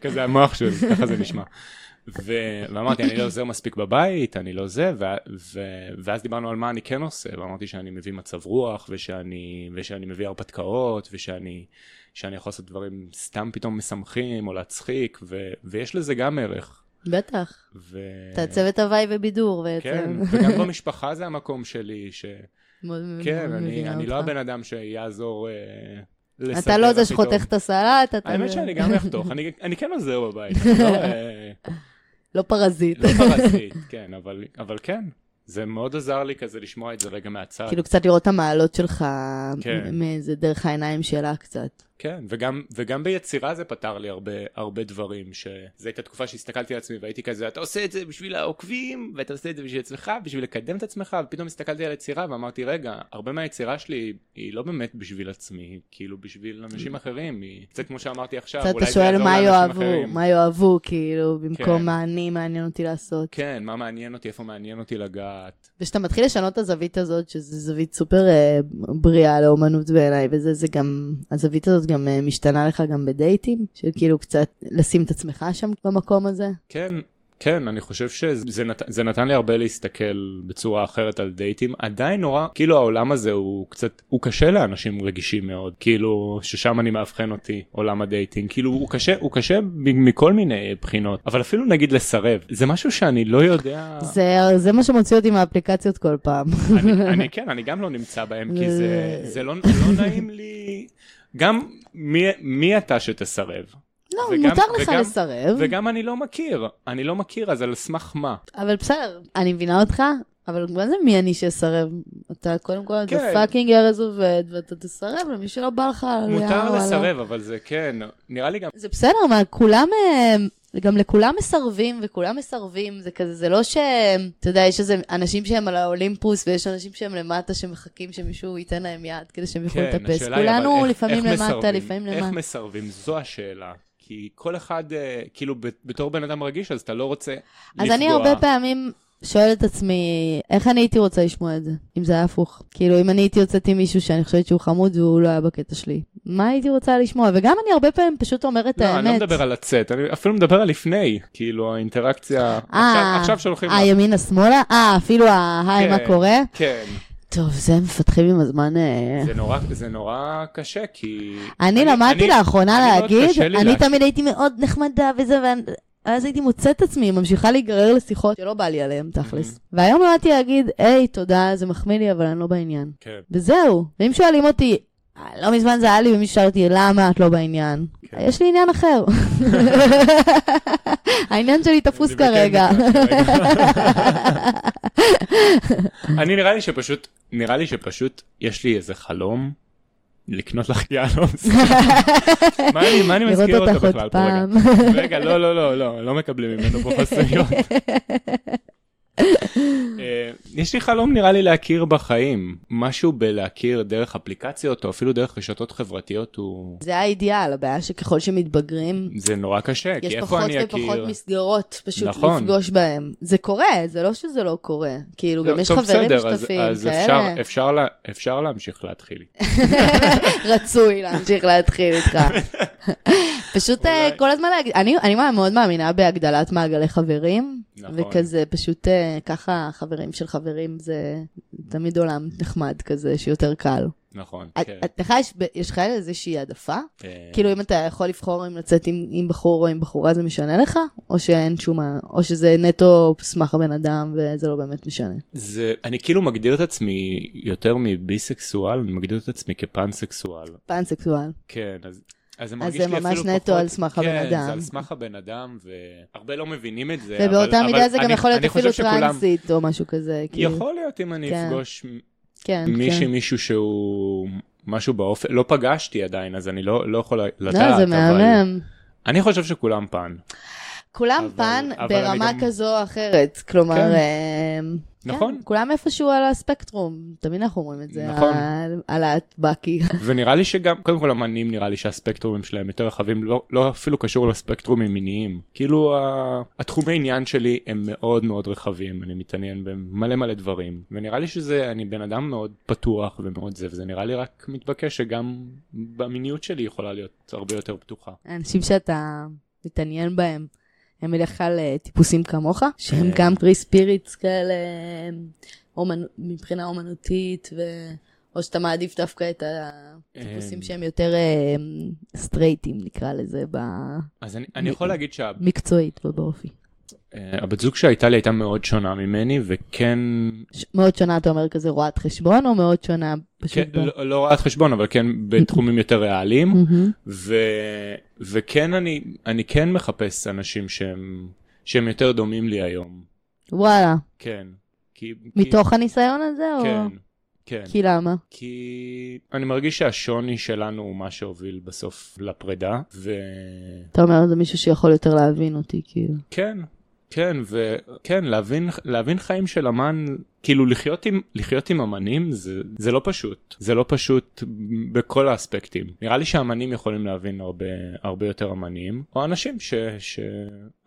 כזה המוח שלי ככה זה נשמע. ו- ואמרתי אני לא עוזר מספיק בבית אני לא זה ו- ו- ואז דיברנו על מה אני כן עושה ואמרתי שאני מביא מצב רוח ושאני ושאני מביא הרפתקאות ושאני שאני יכול לעשות דברים סתם פתאום משמחים או להצחיק ו- ויש לזה גם ערך.
בטח.
ו-
תעצב את הוואי ובידור
אה, כן,
בעצם.
וגם במשפחה זה המקום שלי ש-
<laughs> מאוד- מאוד
כן אני
מבינה
אני לא
אותך.
הבן אדם שיעזור. אה,
אתה
לסדר
לא זה
לך פתאום.
שחותך את הסלט, אתה...
האמת שאני גם אחתוך, אני- אני כן עוזר בבית, אני לא, אה,
<laughs> לא פרזיט. <laughs>
לא פרזיט, כן, אבל, אבל כן, זה מאוד עזר לי כזה לשמוע את זה רגע מהצד.
כאילו קצת לראות את המעלות שלך,
כן.
מ- מאיזה דרך העיניים שלה קצת.
כן, וגם, וגם ביצירה זה פתר לי הרבה, הרבה דברים, שזו הייתה תקופה שהסתכלתי על עצמי והייתי כזה, אתה עושה את זה בשביל העוקבים, ואתה עושה את זה בשביל עצמך, בשביל לקדם את עצמך, ופתאום הסתכלתי על יצירה ואמרתי, רגע, הרבה מהיצירה שלי היא לא באמת בשביל עצמי, היא כאילו בשביל אנשים אחרים, היא קצת כמו שאמרתי עכשיו,
קצת
אה, אולי
אתה
זה
שואל
יעזור
מה
לאנשים
יאהבו,
אחרים.
מה יאהבו, כאילו,
כן.
במקום מה אני מעניין אותי לעשות.
כן, מה מעניין אותי, איפה מעניין אותי לגעת.
וכשאתה מתחיל לשנות את הזווית הזאת, שזו זווית סופר אה, בריאה לאומנות בעיניי, וזה זה גם, הזווית הזאת גם אה, משתנה לך גם בדייטים, שכאילו קצת לשים את עצמך שם במקום הזה.
כן, כן, אני חושב שזה נת, זה נתן לי הרבה להסתכל בצורה אחרת על דייטים. עדיין נורא, כאילו העולם הזה הוא קצת, הוא קשה לאנשים רגישים מאוד. כאילו, ששם אני מאבחן אותי, עולם הדייטינג. כאילו, הוא קשה, הוא קשה מ- מכל מיני בחינות. אבל אפילו נגיד לסרב, זה משהו שאני לא יודע...
זה, זה מה שמוציא אותי מהאפליקציות כל פעם.
אני, אני כן, אני גם לא נמצא בהם, כי זה, זה לא, לא נעים לי... גם מי, מי אתה שתסרב?
לא,
וגם-
מותר לך
וגם-
לסרב,
וגם אני לא מכיר, אני לא מכיר, אז על סמך מה?
אבל בסדר, אני מבינה אותך, אבל מה זה מי אני שאסרב? אתה קודם כל, אתה
כן.
פאקינג ארז עובד, ואתה תסרב למי שלא בא לך.
מותר
יאללה.
לסרב, אבל זה כן, נראה לי גם...
זה בסדר, מה, כולם, אה, גם לכולם מסרבים, וכולם מסרבים, זה כזה, זה לא ש... אתה יודע, יש איזה אנשים שהם על האולימפוס, ויש אנשים שהם למטה שמחכים שמישהו ייתן להם יד כדי שהם יוכלו לטפס.
כן, השאלה היא, אבל
כולנו
איך-
לפעמים
איך
למטה,
מסרבים?
לפעמים
איך
למטה.
מסרבים? זו השאלה. כי כל אחד, אה, כאילו, ב- בתור בן אדם רגיש, אז אתה לא רוצה לפגוע.
אז אני הרבה פעמים... שואלת את עצמי, איך אני הייתי רוצה לשמוע את זה, אם זה היה הפוך? כאילו, אם אני הייתי יוצאת עם מישהו שאני חושבת שהוא חמוד והוא לא היה בקטע שלי, מה הייתי רוצה לשמוע? וגם אני הרבה פעמים פשוט אומרת את
לא,
האמת.
אני לא מדבר על לצאת, אני אפילו מדבר על לפני, כאילו, האינטראקציה... עכשיו- עכשיו שולחים...
אה,
לך.
ימינה-שמאלה? אה, אפילו ההיי, מה
כן.
קורה?
כן,
טוב, זה הם מפתחים עם הזמן. אה.
זה נורא- זה נורא קשה, כי...
אני למדתי
אני-
לאחרונה
אני מאוד
להגיד,
קשה לי
אני
להש-
תמיד הייתי מאוד נחמדה וזה, ואז הייתי מוצאת את עצמי, ממשיכה להיגרר לשיחות שלא בא לי עליהן,
Mm-hmm.
תכלס. והיום למדתי להגיד, היי, תודה, זה מחמיא לי, אבל אני לא בעניין.
כן,
וזהו. ואם שואלים אותי, "אה, לא מזמן זה היה לי, ומישהו שאל אותי, למה את לא בעניין?
כן.
יש לי עניין
<laughs>
אחר. העניין שלי תפוס
אני בכן
כרגע.
נכנס
<laughs>
כרגע. אני נראה לי שפשוט, נראה לי שפשוט יש לי איזה חלום לקנות לך יהלום.
<laughs>
מה אני- מה אני
לראות
מזכיר
אותך
אותו
עוד
בכלל פה רגע?
פעם.
רגע, לא, לא, לא, לא, לא מקבלים ממנו פה חסויות.
<laughs>
אה, יש לי חלום נראה לי להכיר בחיים, משהו בלהכיר דרך אפליקציות או אפילו דרך רשתות חברתיות הוא...
זה האידיאל, הבעיה שככל שמתבגרים,
זה נורא קשה,
יש
כי איפה
פחות
אני אכיר?
ופחות מסגרות פשוט
נכון.
לפגוש בהם. זה קורה, זה לא שזה לא קורה. כאילו,
לא,
גם יש
טוב,
חברים כן?
בסדר, אז-
משותפים
אז אפשר,
כאלה.
אפשר, לה, אפשר להמשיך להתחיל.
<laughs> רצוי להמשיך להתחיל
<laughs>
איתך. פשוט אה,
אולי.
כל הזמן להגיד, אני אני מאוד מאמינה בהגדלת מעגלי חברים.
נכון.
וכזה פשוט אה, ככה חברים של חברים זה תמיד עולם נחמד כזה שיותר קל.
נכון,
את-
כן.
את- לך יש ב- יש לך איזושהי העדפה?
אה,
כאילו אם אתה יכול לבחור אם לצאת עם, עם בחור או עם בחורה זה משנה לך או שאין שום מה או שזה נטו סמך הבן אדם וזה לא באמת משנה.
זה, אני כאילו מגדיר את עצמי יותר מביסקסואל, אני מגדיר את עצמי כפאנסקסואל.
פאנסקסואל.
כן, אז... אז זה
אז
מרגיש
זה
לי אפילו
ממש נטו
פחות-
על סמך הבן
כן, זה
אדם.
על סמך הבן אדם, והרבה לא מבינים את זה.
ובאותה
אבל-
מידה
אבל
זה גם
אני-
יכול להיות
אני חושב
אפילו
שכולם-
טרנסית או משהו כזה. כאילו.
יכול להיות אם אני
כן.
אפגוש
כן,
מישהי,
כן.
מישהו שהוא משהו באופן, לא פגשתי עדיין, אז אני לא לא יכול לדעת,
לא, זה
אבל-
מהמם.
אני חושב שכולם פן.
כולם
אבל-
פן
אבל אני
ברמה
גם-
כזו או אחרת. כלומר,
כן.
אה, כן,
נכון.
כולם איפשהו על הספקטרום. תמיד אנחנו אומרים את זה.
נכון.
על- על הטבקי.
ונראה לי שגם קודם כל אמנים נראה לי שהספקטרומים שלהם יותר רחבים לא, לא אפילו קשור לספקטרומים מיניים כאילו ה- התחומי עניין שלי הם מאוד מאוד רחבים אני מתעניין במלא מלא דברים ונראה לי שזה אני בן אדם מאוד פתוח ומאוד זה וזה נראה לי רק מתבקש שגם במיניות שלי יכולה להיות הרבה יותר פתוחה.
האנשים שאתה מתעניין בהם, הם בדרך כלל אה, טיפוסים כמוך, שהם
כן.
גם פרי ספיריטס כאלה, אה, אומנ... מבחינה אומנותית, ו... או שאתה מעדיף דווקא את הטיפוסים
אה,
שהם יותר אה, סטרייטים, נקרא לזה, ב-
אז אני, אני יכול להגיד שה...
מקצועית ובאופי.
אה, הבת זוג שהייתה לי הייתה מאוד שונה ממני וכן
ש... מאוד שונה, אתה אומר כזה רואת חשבון, או מאוד שונה פשוט?
כן,
ב-
לא- לא רואת חשבון אבל כן בתחומים יותר ריאליים.
מהמם.
ו... וכן אני אני כן מחפש אנשים שהם שהם יותר דומים לי היום
וואלה,
כן כי...
מתוך הניסיון הזה, או...
כי, כן, כן.
כי למה?
כי אני מרגיש שהשוני שלנו הוא מה שהוביל בסוף לפרידה, וכן,
אתה אומר, זה מישהו שיכול יותר להבין אותי, כאילו.
כן, וכן, להבין, להבין חיים של אמן, כאילו לחיות עם, לחיות עם אמנים זה, זה לא פשוט, זה לא פשוט בכל האספקטים. נראה לי שאמנים יכולים להבין הרבה, הרבה יותר אמנים, או אנשים ש... ש...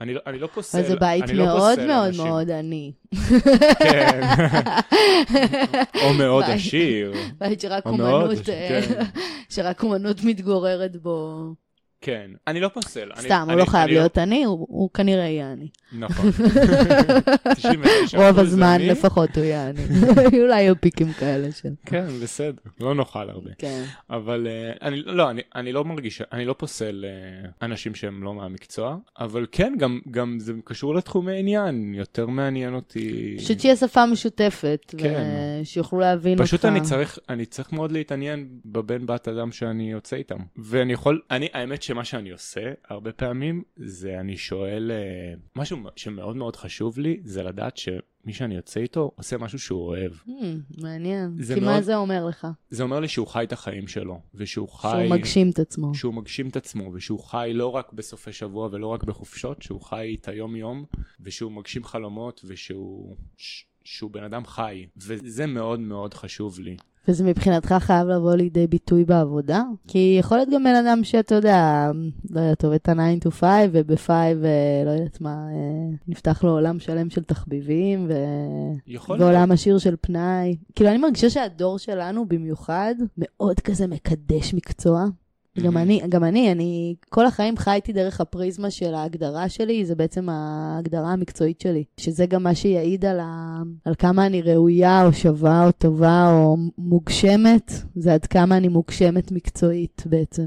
אני, לא- אני לא פוסל,
אבל זה בית
אני לא
מאוד
פוסל
מאוד
אנשים.
מאוד עני. <laughs>
כן. או מאוד
בית.
עשיר.
בית שרק
או מאוד,
אומנות, אה,
כן.
שרק אומנות מתגוררת בו.
כן, אני לא פוסל. אני-
סתם, הוא
אני-
לא חייב
אני
להיות עני, הוא הוא כנראה יהיה
<laughs>
עני.
נכון.
<laughs>
99%
רוב הזמן
אני.
לפחות הוא יהיה
<laughs>
עני. אולי היו פיקים כאלה של...
כן, בסדר. לא נאכל הרבה.
כן.
אבל אה, אני לא, אני- אני לא מרגיש, אני לא פוסל אה, אנשים שהם לא מהמקצוע, אבל כן, גם- גם זה קשור לתחומי עניין, יותר מעניין אותי.
פשוט שיהיה שפה משותפת,
כן.
ושיוכלו להבין אותך.
פשוט אני צריך, אני צריך מאוד להתעניין בבן בת אדם שאני יוצא איתם. ואני יכול, אני, האמת שמה שאני עושה הרבה פעמים, זה אני שואל, אה, משהו שמאוד מאוד חשוב לי, זה לדעת שמי שאני יוצא איתו עושה משהו שהוא אוהב.
Hmm, מעניין.
זה
כי מה
מאוד-
זה אומר לך?
זה אומר לי שהוא חי את החיים שלו, ושהוא חי...
שהוא מגשים את עצמו.
שהוא מגשים את עצמו, ושהוא חי לא רק בסופי שבוע ולא רק בחופשות, שהוא חי את היום-יום, ושהוא מגשים חלומות, ושהוא... ש- שהוא בן אדם חי, וזה מאוד מאוד חשוב לי.
וזה מבחינתך חייב לבוא לידי ביטוי בעבודה? כי יכול להיות גם בן אדם שאתה יודע, לא יודעת, עובד את ה-9 to 5, וב-5, אה, לא יודעת מה, אה, נפתח לו עולם שלם של תחביבים, ו...
יכול
ועולם עשיר של פנאי. כאילו, אני מרגישה שהדור שלנו במיוחד מאוד כזה מקדש מקצוע. גם
מהמם.
אני, גם אני, אני כל החיים חייתי דרך הפריזמה של ההגדרה שלי, זה בעצם ההגדרה המקצועית שלי. שזה גם מה שיעיד על, ה, על כמה אני ראויה או שווה או טובה או מוגשמת, זה עד כמה אני מוגשמת מקצועית בעצם.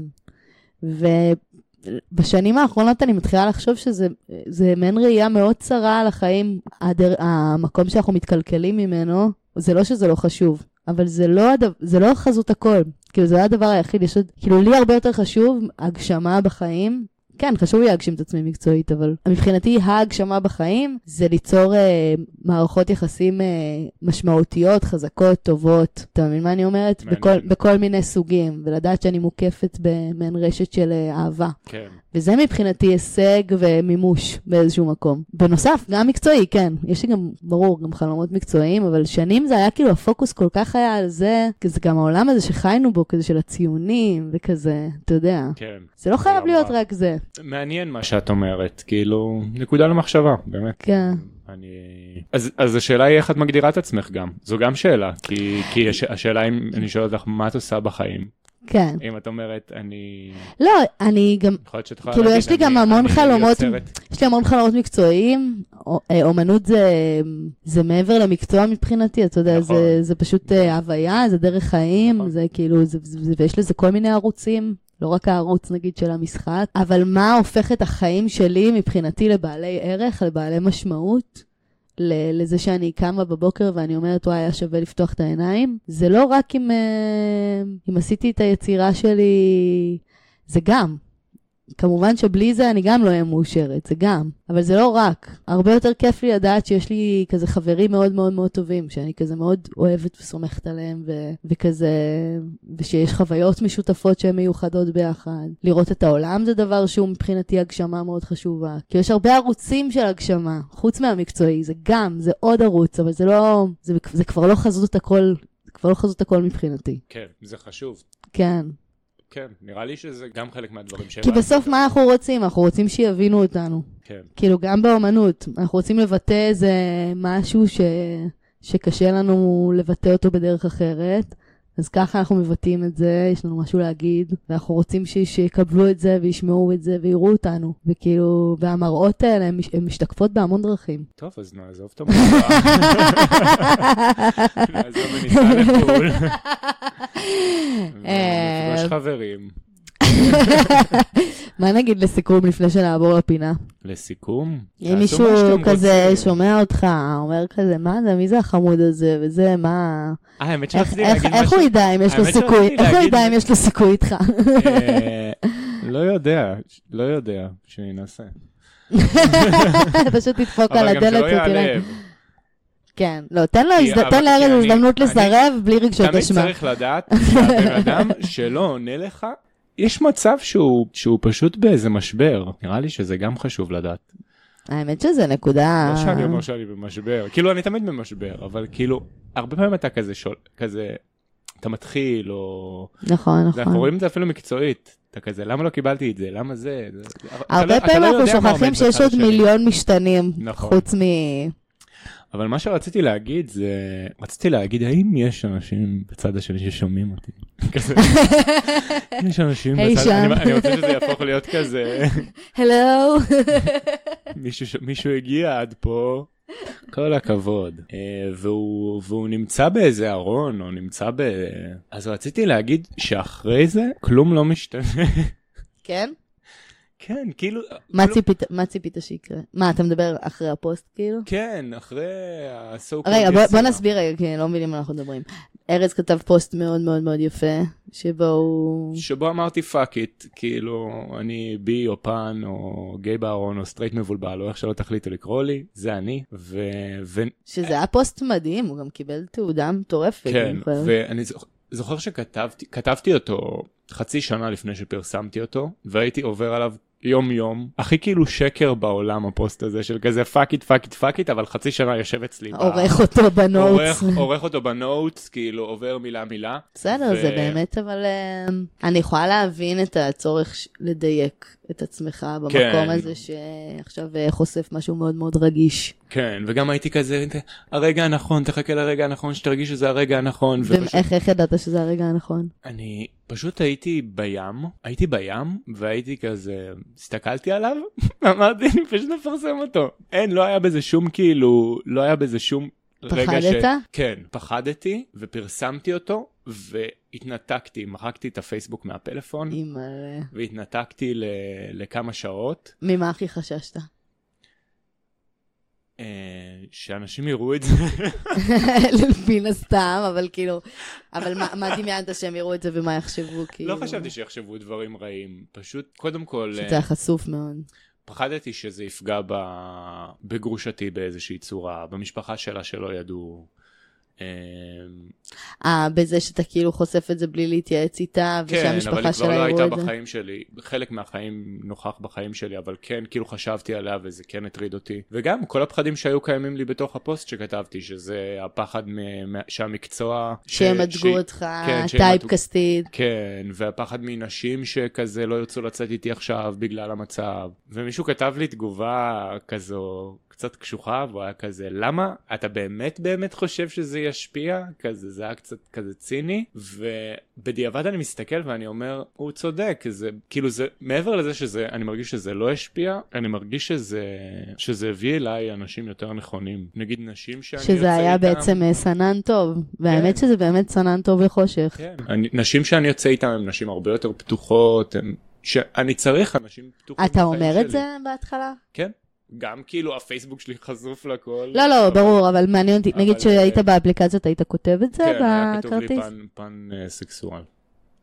ובשנים האחרונות אני מתחילה לחשוב שזה זה מעין ראייה מאוד צרה על החיים, הדר, המקום שאנחנו מתקלקלים ממנו, זה לא שזה לא חשוב, אבל זה לא, הדו, זה לא חזות הכל. כאילו, זה לא הדבר היחיד, יש עוד, כאילו, לי הרבה יותר חשוב הגשמה בחיים. כן, חשוב לי להגשים את עצמי מקצועית, אבל מבחינתי ההגשמה בחיים זה ליצור אה, מערכות יחסים אה, משמעותיות, חזקות, טובות. אתה מבין מה אני אומרת?
מעניין.
בכל, בכל מיני סוגים, ולדעת שאני מוקפת במעין רשת של אה, אהבה.
כן.
וזה מבחינתי הישג ומימוש באיזשהו מקום. בנוסף, גם מקצועי, כן. יש לי גם, ברור, גם חלומות מקצועיים, אבל שנים זה היה כאילו, הפוקוס כל כך היה על זה, כי זה גם העולם הזה שחיינו בו, כזה של הציונים וכזה, אתה יודע.
כן.
זה לא חייב
לגמרי.
להיות רק זה.
מעניין מה שאת אומרת, כאילו, נקודה למחשבה, באמת.
כן.
אני... אז, אז השאלה היא איך את מגדירה את עצמך גם, זו גם שאלה, כי, כי הש, השאלה אם אני שואל אותך מה את עושה בחיים,
כן.
אם את אומרת אני,
לא, אני גם,
יכול להיות שאת יכולה
כאילו,
להגיד,
יש לי
אני-
גם המון
אני
חלומות-
יוצרת,
יש לי המון חלומות מקצועיים, א- אה, אומנות זה, זה מעבר למקצוע מבחינתי, אתה יודע,
נכון.
זה, זה פשוט אה, הוויה, זה דרך חיים,
נכון.
זה כאילו, זה, זה, זה, ויש לזה כל מיני ערוצים. לא רק הערוץ, נגיד, של המשחק, אבל מה הופך את החיים שלי מבחינתי לבעלי ערך, לבעלי משמעות, ל- לזה שאני קמה בבוקר ואני אומרת, וואי, היה שווה לפתוח את העיניים. זה לא רק אם, אה, אם עשיתי את היצירה שלי, זה גם. כמובן שבלי זה אני גם לא אהיה מאושרת, זה גם. אבל זה לא רק. הרבה יותר כיף לי לדעת שיש לי כזה חברים מאוד מאוד מאוד טובים, שאני כזה מאוד אוהבת וסומכת עליהם, ו- וכזה, ושיש חוויות משותפות שהן מיוחדות ביחד. לראות את העולם זה דבר שהוא מבחינתי הגשמה מאוד חשובה. כי יש הרבה ערוצים של הגשמה, חוץ מהמקצועי, זה גם, זה עוד ערוץ, אבל זה לא, זה, זה כבר לא חזות הכל, זה כבר לא חזות הכל מבחינתי.
כן, זה חשוב,
כן.
כן, נראה לי שזה גם חלק מהדברים
כי
שהבנתי.
בסוף מה אנחנו רוצים? אנחנו רוצים שיבינו אותנו.
כן,
כאילו, גם באומנות, אנחנו רוצים לבטא איזה משהו ש... שקשה לנו לבטא אותו בדרך אחרת, אז ככה אנחנו מבטאים את זה, יש לנו משהו להגיד, ואנחנו רוצים ש... שיקבלו את זה וישמעו את זה ויראו אותנו. וכאילו, והמראות האלה, הן מש... הן משתקפות בהמון דרכים.
טוב, אז נעזוב את המחשבה,
<laughs>
נעזוב וניסע לחו"ל,
אה,
נפגוש חברים.
מה נגיד לסיכום לפני שנעבור לפינה?
לסיכום,
אם
תעשו
מישהו
מה שאתם
כזה
רוצים.
שומע אותך, אומר כזה, מה זה, מי זה החמוד הזה, וזה, מה...
אה, האמת
איך-
שרציתי
איך-
להגיד
איך
משהו.
הוא ידע אם יש לו
האמת שרציתי
סיכוי? איך הוא
להגיד-
ידע אם יש לו סיכוי
<laughs>
איתך?
אה, לא יודע, לא יודע, שננסה.
פשוט תדפוק על
אבל גם
הדלת
שלא
ותראה.
ייעלב.
כן, לא, תן לו
כי-
הזד-
אבל-
תן
כי
לארז
אני-
הזדמנות
אני-
לסרב בלי רגשות
תמיד
אשמה.
צריך לדעת שהבן
<laughs>
אדם שלא עונה לך, יש מצב שהוא, שהוא פשוט באיזה משבר, נראה לי שזה גם חשוב לדעת.
האמת שזה נקודה...
לא שאני אומר שאני במשבר, כאילו אני תמיד במשבר, אבל כאילו, הרבה פעמים אתה כזה, שול, כזה, אתה מתחיל, או...
נכון,
זה, אנחנו
נכון.
רואים את זה אפילו מקצועית, אתה כזה, למה לא קיבלתי את זה, למה זה? זה- זה- אתה לא-
הרבה
אתה
פעמים
לא
אנחנו
יודע מה עומד
שוכחים שיש
בצד
עוד
השני.
מיליון משתנים,
נכון.
חוץ מ...
אבל מה שרציתי להגיד זה, רציתי להגיד, האם יש אנשים בצד השני
<laughs>
ששומעים אותי? <laughs> כזה, יש אנשים
היי,
בצד,
שם.
אני- אני רוצה שזה יהפוך להיות כזה,
הלו.
מישהו ש- מישהו הגיע עד פה. כל הכבוד. אה, והוא, והוא נמצא באיזה ארון, או נמצא ב... אז רציתי להגיד שאחרי זה כלום לא משתנה.
<laughs>
<laughs>
כן?
כן, כאילו...
מה
כלום-
ציפית- מה ציפית שיקרה? מה, אתה מדבר אחרי הפוסט כאילו?
כן, אחרי הסו
רגע, בוא- בוא נסביר רגע, כי לא מבינים על מה אנחנו מדברים. ארז כתב פוסט מאוד מאוד מאוד יפה, שבו הוא...
שבו אמרתי פאק איט, כאילו אני בי או פן או גיי בארון או סטרייט מבולבל או איך שלא תחליטו לקרוא לי, זה אני, ו... ו...
שזה היה פוסט מדהים, הוא גם קיבל תעודה מטורפת.
כן,
אני זוכר.
ואני זוכ- זוכר שכתבתי כתבתי אותו חצי שנה לפני שפרסמתי אותו, והייתי עובר עליו יום יום, הכי כאילו שקר בעולם הפוסט הזה של כזה פאק איט, פאק איט, פאק איט, אבל חצי שנה יושב אצלי. ב-
עורך אותו
עורך,
בנוטס.
עורך אותו בנוטס, כאילו עובר מילה מילה.
בסדר,
ו-
זה באמת, אבל אמ, אני יכולה להבין את הצורך ש- לדייק את עצמך במקום
כן.
הזה שעכשיו אה, חושף משהו מאוד מאוד רגיש.
כן, וגם הייתי כזה, הרגע הנכון, תחכה לרגע הנכון, שתרגיש שזה הרגע הנכון. ופשוט-
ואיך איך ידעת שזה הרגע הנכון?
אני פשוט הייתי בים, הייתי בים, והייתי כזה, הסתכלתי עליו, <laughs> ואמרתי, אני פשוט אפרסם אותו. אין, לא היה בזה שום כאילו, לא היה בזה שום רגע ש...
פחדת?
כן, פחדתי, ופרסמתי אותו, והתנתקתי, מחקתי את הפייסבוק מהפלאפון,
אימא'לה.
והתנתקתי ל... לכמה שעות,
ממה הכי חששת? <laughs>
אה, שאנשים יראו
<laughs>
את זה.
מן הסתם, אבל כאילו, אבל מה- מה דמיינת שהם יראו את זה ומה יחשבו? כאילו?
לא חשבתי שיחשבו דברים רעים, פשוט, קודם כל...
פשוט
אה,
זה היה חשוף מאוד.
פחדתי שזה יפגע ב... בגרושתי באיזושהי צורה, במשפחה שלה שלא ידעו. אמ,
אה, בזה שאתה כאילו חושף את זה בלי להתייעץ איתה,
כן, אבל היא
ושהמשפחה
כבר
שלה
לא
יראו
הייתה
את זה.
בחיים שלי, חלק מהחיים נוכח בחיים שלי, אבל כן, כאילו חשבתי עליה וזה כן הטריד אותי. וגם כל הפחדים שהיו קיימים לי בתוך הפוסט שכתבתי, שזה הפחד מ... מה- שהמקצוע... ש-
שהם
שהיא-
הדגו אותך,
כן, שהם הדגו-
טייפקסטית.
<laughs> כן, והפחד מנשים שכזה לא ירצו לצאת איתי עכשיו בגלל המצב. ומישהו כתב לי תגובה כזו קצת קשוחה, והוא היה כזה, למה? אתה באמת באמת חושב שזה ישפיע? כזה, זה היה קצת כזה ציני. ובדיעבד אני מסתכל ואני אומר, הוא צודק, זה כאילו זה, מעבר לזה שזה, אני מרגיש שזה לא השפיע, אני מרגיש שזה, שזה הביא אליי אנשים יותר נכונים. נגיד נשים שאני כן, יוצא איתם.
שזה היה בעצם אה, סנן טוב, והאמת
כן.
שזה באמת סנן טוב לחושך.
כן. אני, נשים שאני יוצא איתן הן נשים הרבה יותר פתוחות, הן, שאני צריך אנשים פתוחים.
אתה
בחיים
אומר
שלי.
את זה בהתחלה?
כן. גם כאילו הפייסברוק שלי חשוף לכל.
לא, לא, ברור, אבל מעניין אותי,
אבל- אה,
נגיד שהיית באפליקציות, היית כותב את זה
כן, היה כתוב לי
בכרטיס?
פן, פן אה, סקסואל.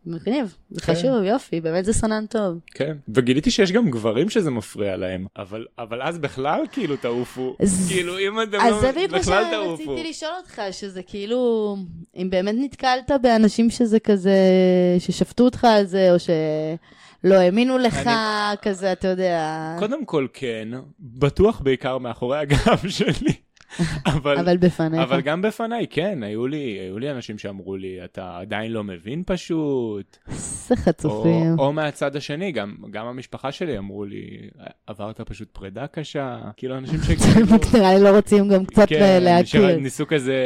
מגניב, זה
כן.
חשוב, יופי, באמת זה סנן טוב.
כן. וגיליתי שיש גם גברים שזה מפריע להם, אבל, אבל אז בכלל כאילו תעופו.
אז-
כאילו אם אתם
אז
לא,
זה בדיוק מה
בכלל תעופו.
שרציתי לשאול אותך, שזה כאילו, אם באמת נתקלת באנשים שזה כזה, ששפטו אותך על זה, או שלא האמינו לך, כזה, אתה יודע,
קודם כל כן, בטוח בעיקר מאחורי הגב <laughs> שלי. אבל,
אבל בפניך.
אבל גם בפניי, כן, היו לי, היו לי אנשים שאמרו לי, אתה עדיין לא מבין פשוט.
איזה
או,
חצופים. <laughs>
או מהצד השני, גם, גם המשפחה שלי אמרו לי, עברת פשוט פרידה קשה. כאילו,
<laughs>
אנשים שכאילו...
נראה לי לא רוצים גם קצת
כן,
להכיר.
שניסו כזה,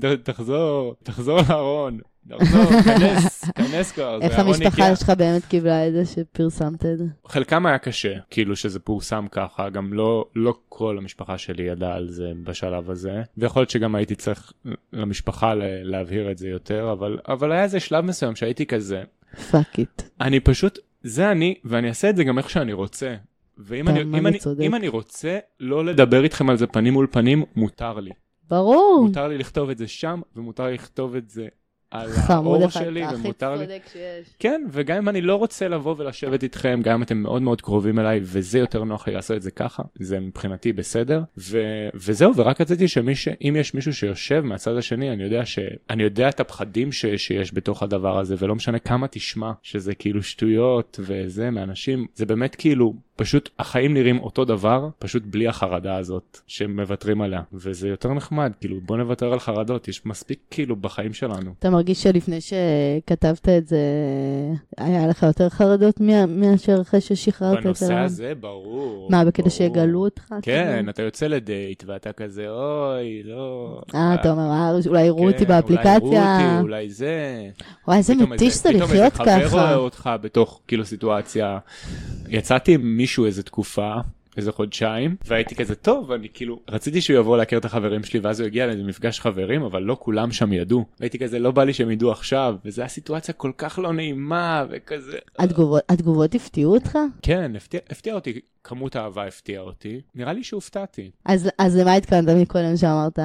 "ת- תחזור, תחזור לארון. תחזור, כנס, כנס כבר. זה כן.
איך
ארון איקאה."
המשפחה שלך באמת קיבלה את זה שפרסמת את זה?
חלקם היה קשה, כאילו שזה פורסם ככה, גם לא, לא כל המשפחה שלי ידעה על זה בשלב הזה, ויכול להיות שגם הייתי צריך למשפחה ל- להבהיר את זה יותר, אבל, אבל היה איזה שלב מסוים שהייתי כזה,
פאק איט.
אני פשוט, זה אני, ואני אעשה את זה גם איך שאני רוצה. ואם אני,
אתה מה
אם
זה
אני,
צודק.
אם אני רוצה לא לדבר איתכם על זה פנים מול פנים, מותר לי.
ברור.
מותר לי לכתוב את זה שם, ומותר לי לכתוב את זה על
חמוד
האור
אחד,
שלי
אתה הכי
ומותר לי.
צודק שיש.
כן, וגם אם אני לא רוצה לבוא ולשבת איתכם, גם אם אתם מאוד מאוד קרובים אליי, וזה יותר נוח לי לעשות את זה ככה, זה מבחינתי בסדר. ו... וזהו, ורק רציתי שמי ש... אם יש מישהו שיושב מהצד השני, אני יודע ש... אני יודע את הפחדים ש... שיש בתוך הדבר הזה, ולא משנה כמה תשמע, שזה כאילו שטויות וזה מאנשים, זה באמת כאילו, פשוט החיים נראים אותו דבר, פשוט בלי החרדה הזאת, שמוותרים עליה. וזה יותר נחמד, כאילו, בוא נוותר על חרדות, יש מספיק כאילו בחיים שלנו.
אתה מרגיש שלפני שכתבת את זה, היה לך יותר חרדות מה- מאשר אחרי ששחררת את אוקיי, זה?
בנושא הזה, ברור.
מה, בכדי
ברור.
שיגלו אותך? כאילו?
כן, אתה יוצא לדייט ואתה כזה, אוי, לא...
אה, אתה אומר, "אה, אולי יראו אותי
כן, אולי יראו
באפליקציה.
אותי, אולי זה.
וואי, איזה
פתאום
מתיש זה
פתאום
לחיות
איזה חבר רואה
ככה.
אותך בתוך, כאילו, סיטואציה. יצאתי עם מישהו איזה תקופה. איזה חודשיים והייתי כזה טוב אני כאילו רציתי שהוא יבוא להכיר את החברים שלי ואז הוא הגיע לאיזה מפגש חברים אבל לא כולם שם ידעו הייתי כזה לא בא לי שהם ידעו עכשיו וזו הייתה סיטואציה כל כך לא נעימה וכזה
התגובות- התגובות הפתיעו אותך?
כן הפתיע, הפתיע אותי כמות האהבה הפתיעה אותי נראה לי שהופתעתי
אז אז למה התכוונת מקודם שאמרת,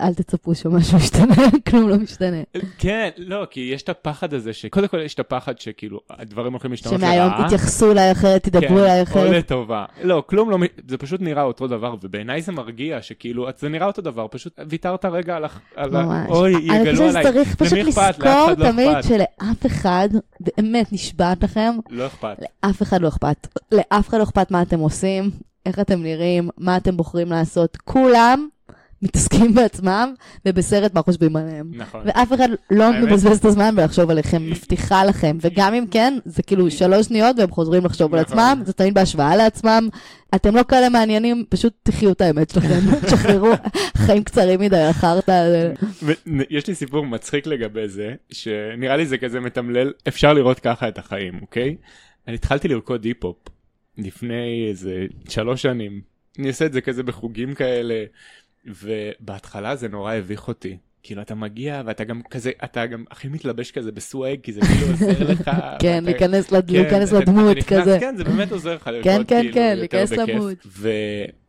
אל תצפו שמשהו ישתנה, <laughs> כלום לא משתנה.
כן, לא, כי יש את הפחד הזה, שקודם כל יש את הפחד שכאילו הדברים הולכים להשתנות לרעה.
שמהיום תתייחסו אליי אחרת, תדברו אליי
"אה?" כן, או
אחרת.
לטובה. לא, כלום לא, מ- זה פשוט נראה אותו דבר, ובעיניי זה מרגיע שכאילו, את- זה נראה אותו דבר, פשוט ויתרת רגע על ה... על ה-
ממש.
אוי,
אני
יגלו
חושבת
עליי.
שצריך פשוט
למי אכפת? לאף
לזכור
אחד לא
תמיד
אכפת.
שלאף אחד, באמת נשבעת לכם,
לא אכפת.
לאף אחד לא אכפת. לאף אחד לא אכפת מה אתם עושים, איך אתם נראים, מה אתם בוחרים לעשות. כולם מתעסקים בעצמם ובסרט מה חושבים עליהם.
נכון.
ואף אחד לא
האמת-
מבזבז את הזמן בלחשוב עליכם, מבטיחה לכם. וגם אם כן, זה כאילו שלוש שניות והם חוזרים לחשוב על
נכון.
עצמם, זה תמיד בהשוואה לעצמם. אתם לא כאלה מעניינים, פשוט תחיו את האמת
<laughs>
שלכם, תשחררו חיים קצרים מדי, אחרת...
אוקיי. ו- יש לי סיפור מצחיק לגבי זה, שנראה לי זה כזה מתמלל, אפשר לראות ככה את החיים, אוקיי? אני התחלתי לרקוד היפ-הופ לפני איזה שלוש שנים. אני עושה את זה כזה בחוגים כאלה, ובהתחלה זה נורא הביך אותי. כאילו אתה מגיע ואתה גם כזה, אתה גם הכי מתלבש כזה בסוואג, כי זה כאילו עוזר לך.
כן,
ואתה-
להיכנס לד-
כן,
כאילו להיכנס
אתה- אתה
לדמות
נכנס-
כזה.
כן, זה באמת עוזר לך לרקוד
כן,
כאילו
כן,
יותר בכיף.
כן, להיכנס לדמות.
ו...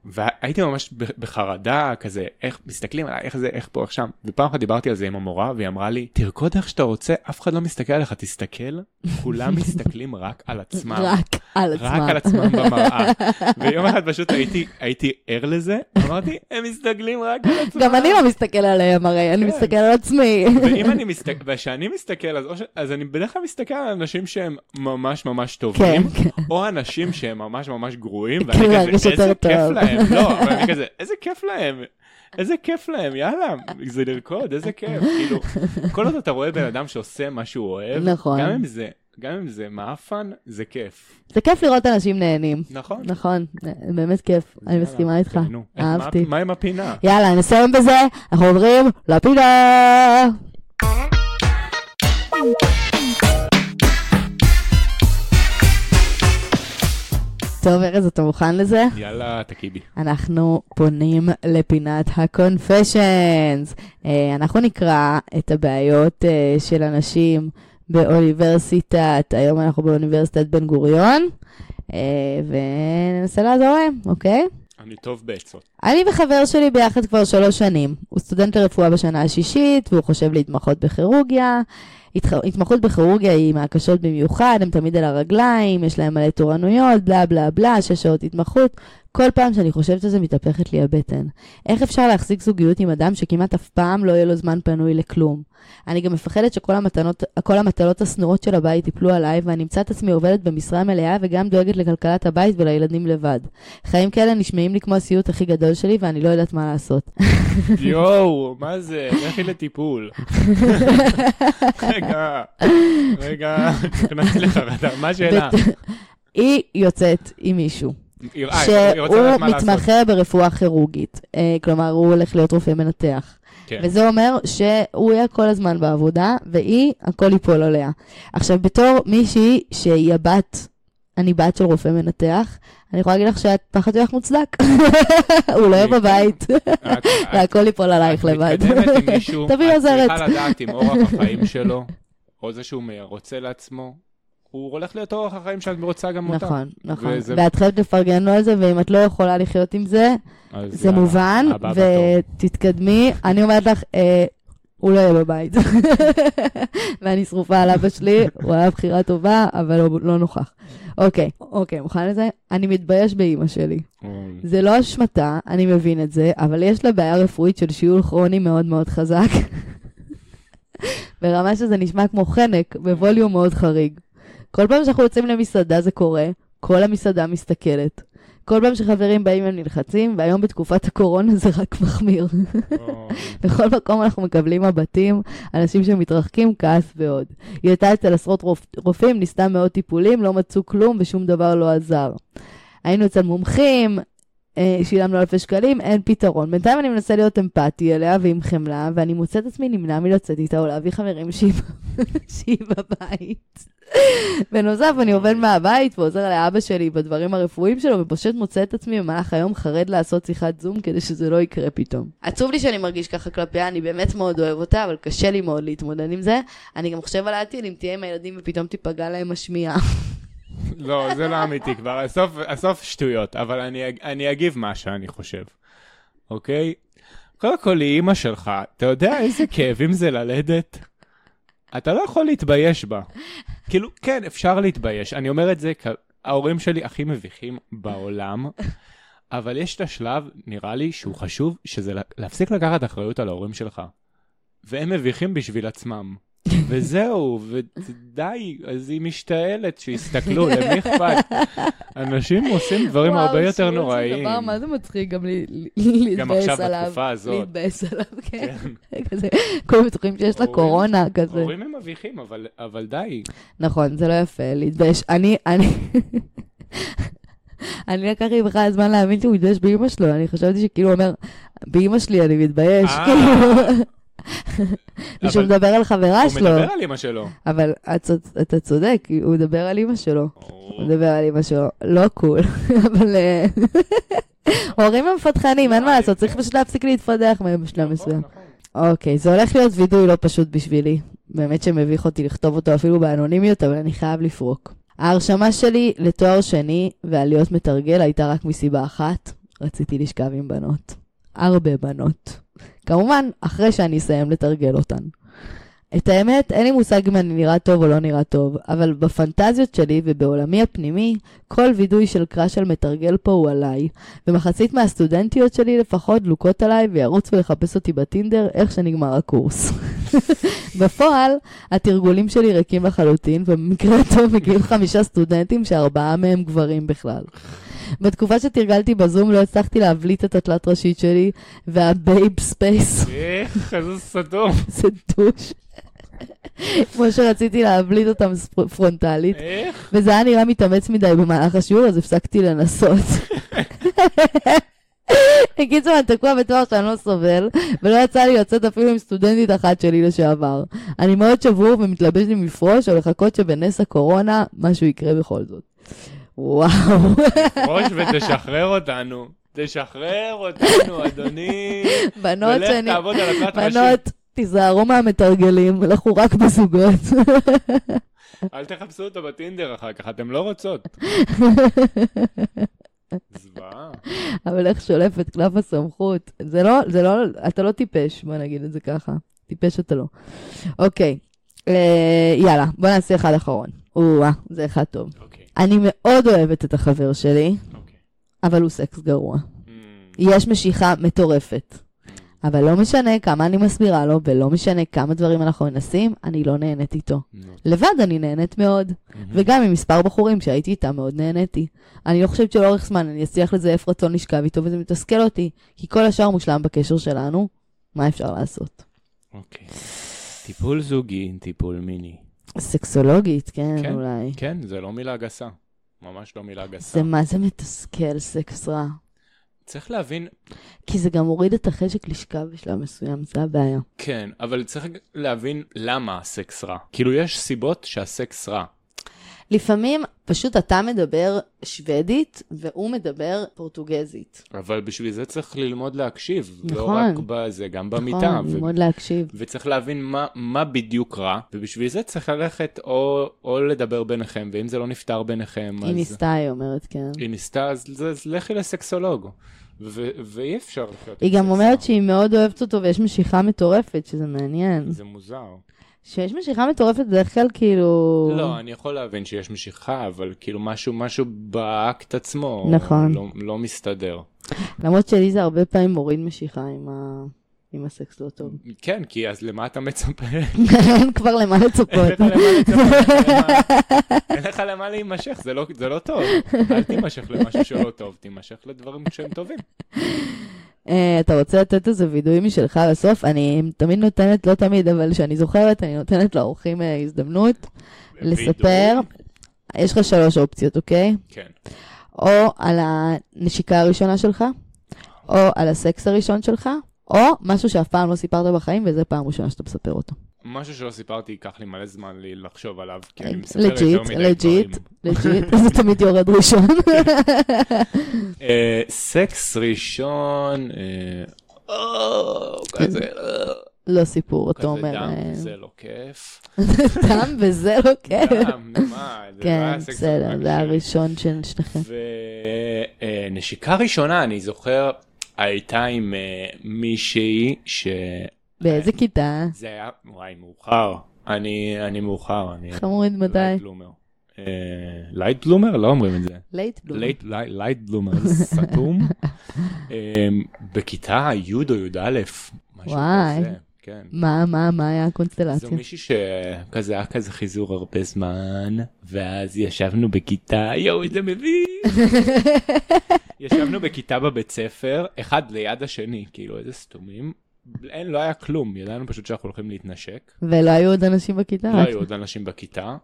והייתי ממש ב- בחרדה כזה, איך מסתכלים עליי, איך זה, איך פה, איך שם. ופעם אחת דיברתי על זה עם המורה, והיא אמרה לי, תרקוד איך שאתה רוצה, אף אחד לא מסתכל עליך,
<laughs>
תסתכל, כולם מסתכלים רק על עצמם.
רק על עצמם.
רק על עצמם
<laughs>
במראה. ויום אחד פשוט הייתי, הייתי ער לזה, אמרתי, הם מסתכלים רק על עצמם.
גם אני לא מסתכל עליהם הרי, אני
כן.
מסתכל על עצמי.
ואם אני מסתכל, וכשאני מסתכל, אז, או ש... אז אני בדרך כלל מסתכל על אנשים שהם ממש ממש טובים,
כן, כן.
או אנשים שהם ממש ממש גרועים, ואני
כאילו להרגיש
כזה,
יותר
איזה כיף
טוב."
להם, לא, אבל
<laughs>
אני כזה, איזה כיף להם, איזה כיף להם, יאללה, זה לרקוד, איזה כיף, כאילו, כל עוד אתה רואה בן אדם שעושה מה שהוא אוהב,
נכון.
גם אם זה, גם אם זה מאפן, זה כיף,
זה כיף לראות אנשים נהנים.
נכון?
נכון, באמת כיף, אני
יאללה,
מסכימה איתך.
תהנו. איך- מה-
אהבתי.
מה עם הפינה?
יאללה, נסיים בזה, אנחנו עוברים לפינה. טוב, ארז, אתה מוכן לזה?
יאללה, תקיבי.
אנחנו פונים לפינת ה-confessions. אה, אנחנו נקרא את הבעיות אה, של אנשים באוניברסיטת, היום אנחנו באוניברסיטת בן גוריון, אה, וננסה לעזור להם, אוקיי?
אני טוב בעצות.
אני וחבר שלי ביחד כבר שלוש שנים. הוא סטודנט לרפואה בשנה השישית, והוא חושב להתמחות בכירורגיה. התח- התמחות בכירורגיה היא מהקשות במיוחד, הם תמיד על הרגליים, יש להם מלא תורנויות, בלה בלה בלה, שש שעות התמחות. כל פעם שאני חושבת על זה מתהפכת לי הבטן. איך אפשר להחזיק זוגיות עם אדם שכמעט אף פעם לא יהיה לו זמן פנוי לכלום? אני גם מפחדת שכל המתנות, כל המטלות השנואות של הבית ייפלו עליי, ואני אמצא את עצמי עובדת במשרה מלאה וגם דואגת לכלכלת הבית ולילדים לבד. חיים כאלה נשמעים לי כמו הסיוט הכי גדול שלי, ואני לא יודעת מה לעשות.
יואו, מה זה? לכי לטיפול. רגע, רגע, נכנסתי לחרדה, מה השאלה?
היא יוצאת עם מישהו,
היא- אה, היא רוצה
שהוא
לדעת מה לעשות.
מתמחה ברפואה כירורגית. אה, כלומר, הוא הולך להיות רופא מנתח.
כן.
וזה אומר שהוא יהיה כל הזמן בעבודה, והיא, הכל ייפול עליה. עכשיו, בתור מישהי שהיא הבת, אני בת של רופא מנתח, אני יכולה להגיד לך שהפחד שלך מוצדק. <laughs> הוא לא יהיה
כן.
בבית,
את- את-
והכל ייפול עלייך
אה, את
לבד.
מתקדמת
<laughs>
עם מישהו,
תביאי עוזרת.
את צריכה לדעת אם אורח החיים שלו, או זה שהוא רוצה לעצמו, הוא הולך להיות אורח החיים שאת רוצה גם אותה.
נכון, נכון.
וזה-
ואת חייבת לפרגן לו על זה, ואם את לא יכולה לחיות עם זה,
אז
זה
יאללה,
מובן,
הבא בתור.
ותתקדמי. אני אומרת לך, אה, הוא לא יהיה בבית. <laughs> ואני שרופה על אבא שלי, הוא היה בחירה טובה, אבל הוא לא נוכח. אוקיי, אוקיי, מוכן לזה? אני מתבייש באימא שלי.
אוי.
זה לא אשמתה, אני מבין את זה, אבל יש לה בעיה רפואית של שיעול כרוני מאוד מאוד חזק. <laughs> ברמה שזה נשמע כמו חנק, בווליום מאוד חריג. כל פעם שאנחנו יוצאים למסעדה זה קורה, כל המסעדה מסתכלת. כל פעם שחברים באים הם נלחצים, והיום בתקופת הקורונה זה רק <laughs> מחמיר.
אוי.
בכל מקום אנחנו מקבלים מבטים, אנשים שמתרחקים, כעס ועוד. היא הייתה אצל עשרות רופ... רופאים, ניסתה מאות טיפולים, לא מצאו כלום ושום דבר לא עזר. היינו אצל מומחים, אה, שילמנו אלפי שקלים, אין פתרון. בינתיים אני מנסה להיות אמפתי אליה ועם חמלה, ואני מוצא את עצמי נמנע מלצאת איתה או להביא חברים שהיא, <laughs> שהיא בבית. בנוסף, אני עובד מהבית ועוזר לאבא שלי בדברים הרפואיים שלו, ופשוט מוצא את עצמי במהלך היום חרד לעשות שיחת זום כדי שזה לא יקרה פתאום.
עצוב לי שאני מרגיש ככה כלפיה, אני באמת מאוד אוהב אותה, אבל קשה לי מאוד להתמודד עם זה. אני גם חושב על העתיד, אם תהיה עם הילדים ופתאום תיפגע להם השמיעה.
לא, זה לא אמיתי כבר, הסוף, הסוף שטויות, אבל אני, אג- אני אגיב מה שאני חושב, אוקיי? קודם כל, היא אימא שלך, אתה יודע איזה כאבים זה ללדת? אתה לא יכול להתבייש בה. כאילו, כן, אפשר להתבייש. אני אומר את זה, כ- ההורים שלי הכי מביכים בעולם, אבל יש את השלב, נראה לי, שהוא חשוב, שזה לה- להפסיק לקחת אחריות על ההורים שלך. והם מביכים בשביל עצמם. וזהו, ודי, אז היא משתעלת, שיסתכלו, לא, למי אכפת? אנשים עושים דברים הרבה יותר
וואו, שיעול
נוראים.
זה דבר מה זה מצחיק גם לי- לי- להתבאס עליו.
גם עכשיו, בתקופה הזאת.
להתבאס עליו, כן.
כן.
כזה, כולם בטוחים שיש לה
הורים-
קורונה, <laughs> כזה.
הורים הם מביכים, אבל- אבל די.
נכון, זה לא יפה, להתבייש. אני, אני... <laughs> אני לקח לי בכלל זמן להאמין שהוא מתבייש באימא שלו, אני חשבתי שכאילו הוא אומר, באימא שלי אני מתבייש,
אה.
כאילו, ושהוא
אבל
מדבר על חברה
הוא
שלו,
מדבר על אמא שלו.
אבל את צוד- אתה צודק, הוא מדבר על אימא שלו. הוא מדבר על אמא שלו, לא קול, <laughs> אבל אה, הורים הם פתחנים, אין מה לעשות, צריך פשוט להפסיק להתפדח מהם בשלב מסוים. אוקיי, זה הולך להיות וידוי לא פשוט בשבילי. באמת שמביך אותי לכתוב אותו אפילו באנונימיות, אבל אני חייב לפרוק. ההרשמה שלי לתואר שני ועליות מתרגל הייתה רק מסיבה אחת, רציתי לשכב עם בנות. הרבה בנות. כמובן, אחרי שאני אסיים לתרגל אותן. את האמת, אין לי מושג אם אני נראה טוב או לא נראה טוב, אבל בפנטזיות שלי ובעולמי הפנימי, כל וידוי של קראש על מתרגל פה הוא עליי, ומחצית מהסטודנטיות שלי לפחות דלוקות עליי וירוצו לחפש אותי בטינדר איך שנגמר הקורס. <laughs> בפועל, התרגולים שלי ריקים לחלוטין, ובמקרה הטוב מגיעים חמישה סטודנטים שארבעה מהם גברים בכלל. בתקופה שתרגלתי בזום לא הצלחתי להבליט את התלת ראשית שלי, והבייב ספייס
איך, איזה
<laughs>
סתום.
זה דוש. כמו שרציתי להבליט אותם ספר-
אה.
פרונטלית,
איך?
וזה היה נראה מתאמץ מדי במהלך השיעור, אז הפסקתי
<laughs>
לנסות. בקיצור, אני תקוע בתואר שאני לא סובל, ולא יצא לי לצאת אפילו עם סטודנטית אחת שלי לשעבר. אני מאוד שבור ומתלבש לי מפרוש, או לחכות שבנס הקורונה משהו יקרה בכל זאת.
<laughs>
וואו,
ראש ותשחרר אותנו. תשחרר
<laughs>
אותנו, אדוני.
בנות
ולך
לא שאני... לא
תעבוד על התלת ראשית.
בנות, תיזהרו מהמתרגלים, אנחנו רק בזוגות. <laughs>
אל תחפשו אותו בטינדר אחר כך, אתם לא רוצות. זוועה.
אבל איך שולף את קלף הסמכות? זה לא, זה לא, אתה לא טיפש, בוא נגיד את זה ככה. טיפש אתה לא. אוקיי, אה, יאללה, בוא נעשה אחד אחרון. או-אה, זה אחד טוב.
אוקיי,
אני מאוד אוהבת את החבר שלי,
אוקיי.
אבל הוא סקס גרוע.
אמ,
יש משיכה מטורפת. אבל לא משנה כמה אני מסבירה לו, ולא משנה כמה דברים אנחנו מנסים, אני לא נהנית איתו.
נו.
לבד אני נהנית מאוד. וגם עם מספר בחורים שהייתי איתם מאוד נהניתי. אני לא חושבת שלאורך זמן אני אצליח לזייף רצון לשכב איתו וזה מתסכל אותי, כי כל השאר מושלם בקשר שלנו, מה אפשר לעשות?
אוקיי. טיפול זוגי עם טיפול מיני.
סקסולוגית, כן,
כן.
אולי.
כן, זה לא מילה גסה. ממש לא מילה גסה.
זה מה זה מתסכל, סקס רע.
צריך להבין,
כי זה גם הוריד את החשק לשכב בשלב מסוים, זה הבעיה.
כן, אבל צריך להבין למה הסקס רע. כאילו, יש סיבות שהסקס רע.
לפעמים פשוט אתה מדבר שוודית, והוא מדבר פורטוגזית.
אבל בשביל זה צריך ללמוד להקשיב, לא
נכון.
רק בזה, גם במיטה.
נכון,
ו-
ללמוד להקשיב.
וצריך להבין מה, מה בדיוק רע, ובשביל זה צריך ללכת או, או לדבר ביניכם, ואם זה לא נפתר ביניכם,
היא
אז...
ניסתה, היא אומרת, כן.
היא ניסתה, אז, אז לכי לסקסולוג. ו- ואי אפשר לחיות
היא
עם
גם
סקס.
אומרת שהיא מאוד אוהבת אותו ויש משיכה מטורפת, שזה מעניין.
זה מוזר.
שיש משיכה מטורפת בדרך כלל כאילו...
לא, אני יכול להבין שיש משיכה, אבל כאילו משהו, משהו באקט עצמו.
נכון.
לא, לא מסתדר.
למרות שלי זה הרבה פעמים מוריד משיכה עם ה... עם הסקס לא טוב. <laughs>
כן, כי אז למה אתה מצפה?
אין כבר למה
אין לך
לצפות.
למה לצפות, אין לך- אין לך למה להימשך, זה לא, זה לא טוב. אל תימשך למשהו שלא טוב, תימשך לדברים שהם טובים.
אה, אתה רוצה לתת איזה וידוי משלך לסוף? אני תמיד נותנת, לא תמיד, אבל כשאני זוכרת, אני נותנת לאורחים אה, הזדמנות לספר.
וידוי,
יש לך שלוש אופציות, אוקיי?
כן.
או על הנשיקה הראשונה שלך, או על הסקס הראשון שלך, או משהו שאף פעם לא סיפרת בחיים, וזה פעם ראשונה שאתה מספר אותו.
משהו שלא סיפרתי, ייקח לי מלא זמן לי לחשוב עליו, כי אני
אה,
מספר יותר
לג'יט,
מדי
לג'יט.
דברים.
לג'יט, זה תמיד יורד ראשון. <laughs>
אה, סקס ראשון, אה, או, כזה, אה,
לא סיפור, אתה
כזה
אומר.
דם,
אה,
זה לא
<laughs>
כיף.
דם
<laughs>
וזה לא כיף.
דם, נו, מה, זה לא
כן,
היה סקס
בסדר,
רק
זה
שלי.
הראשון של שניכם.
ונשיקה ראשונה, אני זוכר, הייתה עם אה, מישהי שזה
באיזה כיתה?
היה, וואי, מאוחר. אני, אני מאוחר, אני...
חמוד
לייט
מדי.
בלומר. אה, לייט בלומר? לא אומרים את זה.
לייט בלום.
לייט- לייט לייט בלומר, סתום. אה, בכיתה י' או י"א, משהו
וואי.
כזה. כן.
מה, מה, מה היה
זו
הקונסטלציה?
מישהי שכזה היה כזה חיזור הרבה זמן, ואז ישבנו בכיתה, יואו, איזה
<laughs>
מביך. ישבנו בכיתה בבית ספר, אחד ליד השני, כאילו, איזה סתומים. אין, לא היה כלום, ידענו פשוט שאנחנו הולכים להתנשק.
ולא היו עוד אנשים בכיתה?
לא היו עוד אנשים בכיתה,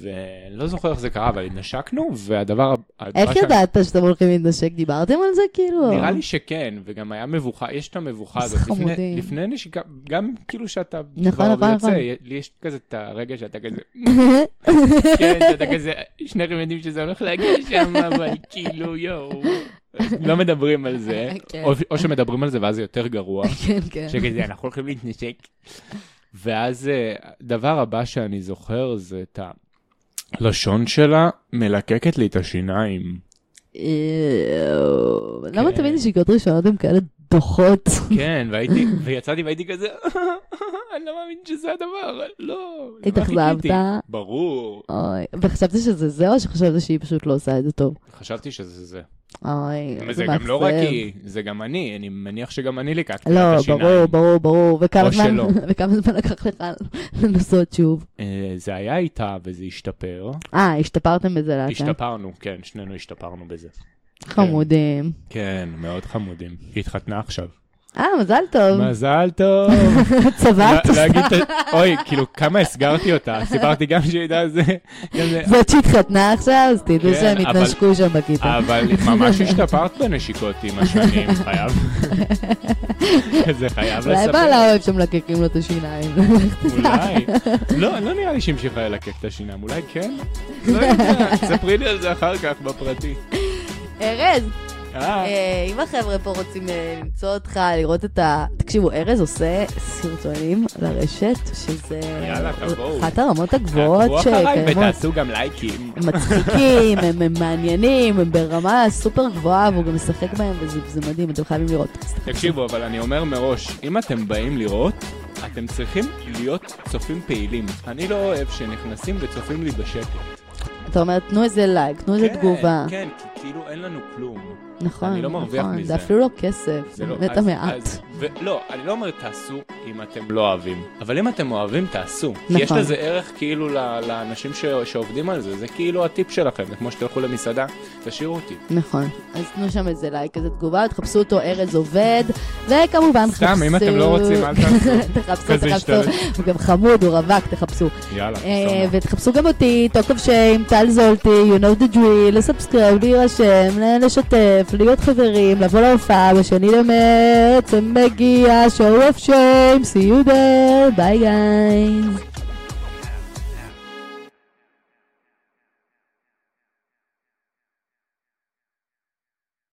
ולא זוכר איך זה קרה, אבל התנשקנו, והדבר... הדבר
איך
שאני-
ידעת שאתם הולכים להתנשק? דיברתם על זה כאילו?
לא. נראה לי שכן, וגם היה מבוכה, יש את המבוכה
איזה
הזאת. לפני-
חמודים.
לפני נשיקה, גם כאילו שאתה
נכון,
כבר
נכון,
יוצא,
נכון.
לי יש כזה את הרגע שאתה כזה...
<laughs>
כן, שאתה כזה, שניכם יודעים שזה הולך להגיע לשם, אבל כאילו, יואו. לא מדברים על
<laughs>
זה,
כן.
או- או שמדברים על זה ואז זה יותר
<laughs>
גרוע.
<laughs> כן, כן.
שכזה, אנחנו הולכים להתנשק. ואז אה, הדבר הבא שאני זוכר זה את הלשון שלה מלקקת לי את השיניים.
יואו. למה
כן.
תמיד נשיקות ראשונות הן כאלה דוחות?
כן, והייתי, ויצאתי והייתי כזה, <laughs> אני לא מאמין שזה הדבר, לא. למה
התאכזבת?
חיכיתי?" ברור.
אוי. וחשבת שזה זה, או שחשבת שהיא פשוט לא עושה את זה טוב?
חשבתי שזה זה.
אוי,
זה
זה
גם לא רק
מעצבן.
היא, זה גם אני, אני מניח שגם אני ליקקתי לה את
לא,
השיניים.
ברור, ברור, ברור. וכמה
או
זמן-
שלא.
<laughs> וכמה זמן לקח לך לנסות שוב?
אה, זה היה איתה וזה השתפר.
אה, השתפרתם בזה לאט. לאט.
השתפרנו, כן, שנינו השתפרנו בזה.
חמודים.
כן, מאוד חמודים. היא התחתנה עכשיו.
אה, מזל טוב. <laughs>
מזל טוב.
צבעת.
לה- להגיד את ה- אוי, כאילו, כמה הסגרתי אותה, סיפרתי גם שידע זה. גם זה-
זאת שהתחתנה עכשיו, אז תדעו
כן,
שהם
אבל- אה,
התנשקו שם בכיתה.
אבל ממש השתפרת בנשיקות עם השנים, חייב. זה חייב
אולי
לספר.
בעלה אוהב שמלקקים לו את השיניים. <laughs>
אולי. לא, לא נראה לי שהמשיכה ללקק את השיניים, אולי כן?
<laughs>
לא יודע, ספרי לי על זה אחר כך בפרטי.
ארז,
אה,
אה, אם החבר'ה פה רוצים אה, למצוא אותך, לראות את ה... תקשיבו, ארז עושה סרטונים לרשת, שזה...
יאללה, תבואו.
אחת הרמות הגבוהות
תעקבו אחריי
שקיימות.
ותעשו גם לייקים.
הם מצחיקים, הם הם מעניינים, הם ברמה סופר גבוהה, והוא גם משחק בהם, וזה זה מדהים, אתם חייבים לראות.
תקשיבו, אבל אני אומר מראש, אם אתם באים לראות, אתם צריכים להיות צופים פעילים. אני לא אוהב שנכנסים וצופים לי בשקט.
אתה אומר, תנו איזה לייק, תנו איזה
כן,
תגובה.
כן, כי כאילו אין לנו כלום.
נכון,
אני לא מרוויח
נכון,
מזה.
זה אפילו לא כסף,
זה
זה
לא...
באמת
אז-
המעט.
אז- ו- לא, אני לא אומר תעשו אם אתם לא אוהבים, אבל אם אתם אוהבים, תעשו. נכון. כי יש
נכון.
לזה ערך כאילו ל- לאנשים ש- שעובדים על זה, זה כאילו הטיפ שלכם, זה כמו שתלכו למסעדה, תשאירו אותי.
נכון. אז תנו שם איזה לייק, איזה תגובה, תחפשו אותו, ארז עובד, וכמובן
סתם,
חפשו...
אם אתם לא רוצים, אל
<laughs>
תעשו.
תחפשו,
כזה
תחפשו.
ישתלט.
הוא גם חמוד, הוא רווק, תחפשו.
יאללה,
אה,
סומך.
ותחפשו גם אותי, טוק אוף שיים, טל זולטי, you know the drill, לסאבסקרייב, להירשם, ל- לשתף, להיות חברים, לבוא להופעה, בשני למרץ, מגיע, show of shame, see you there, ביי גייז.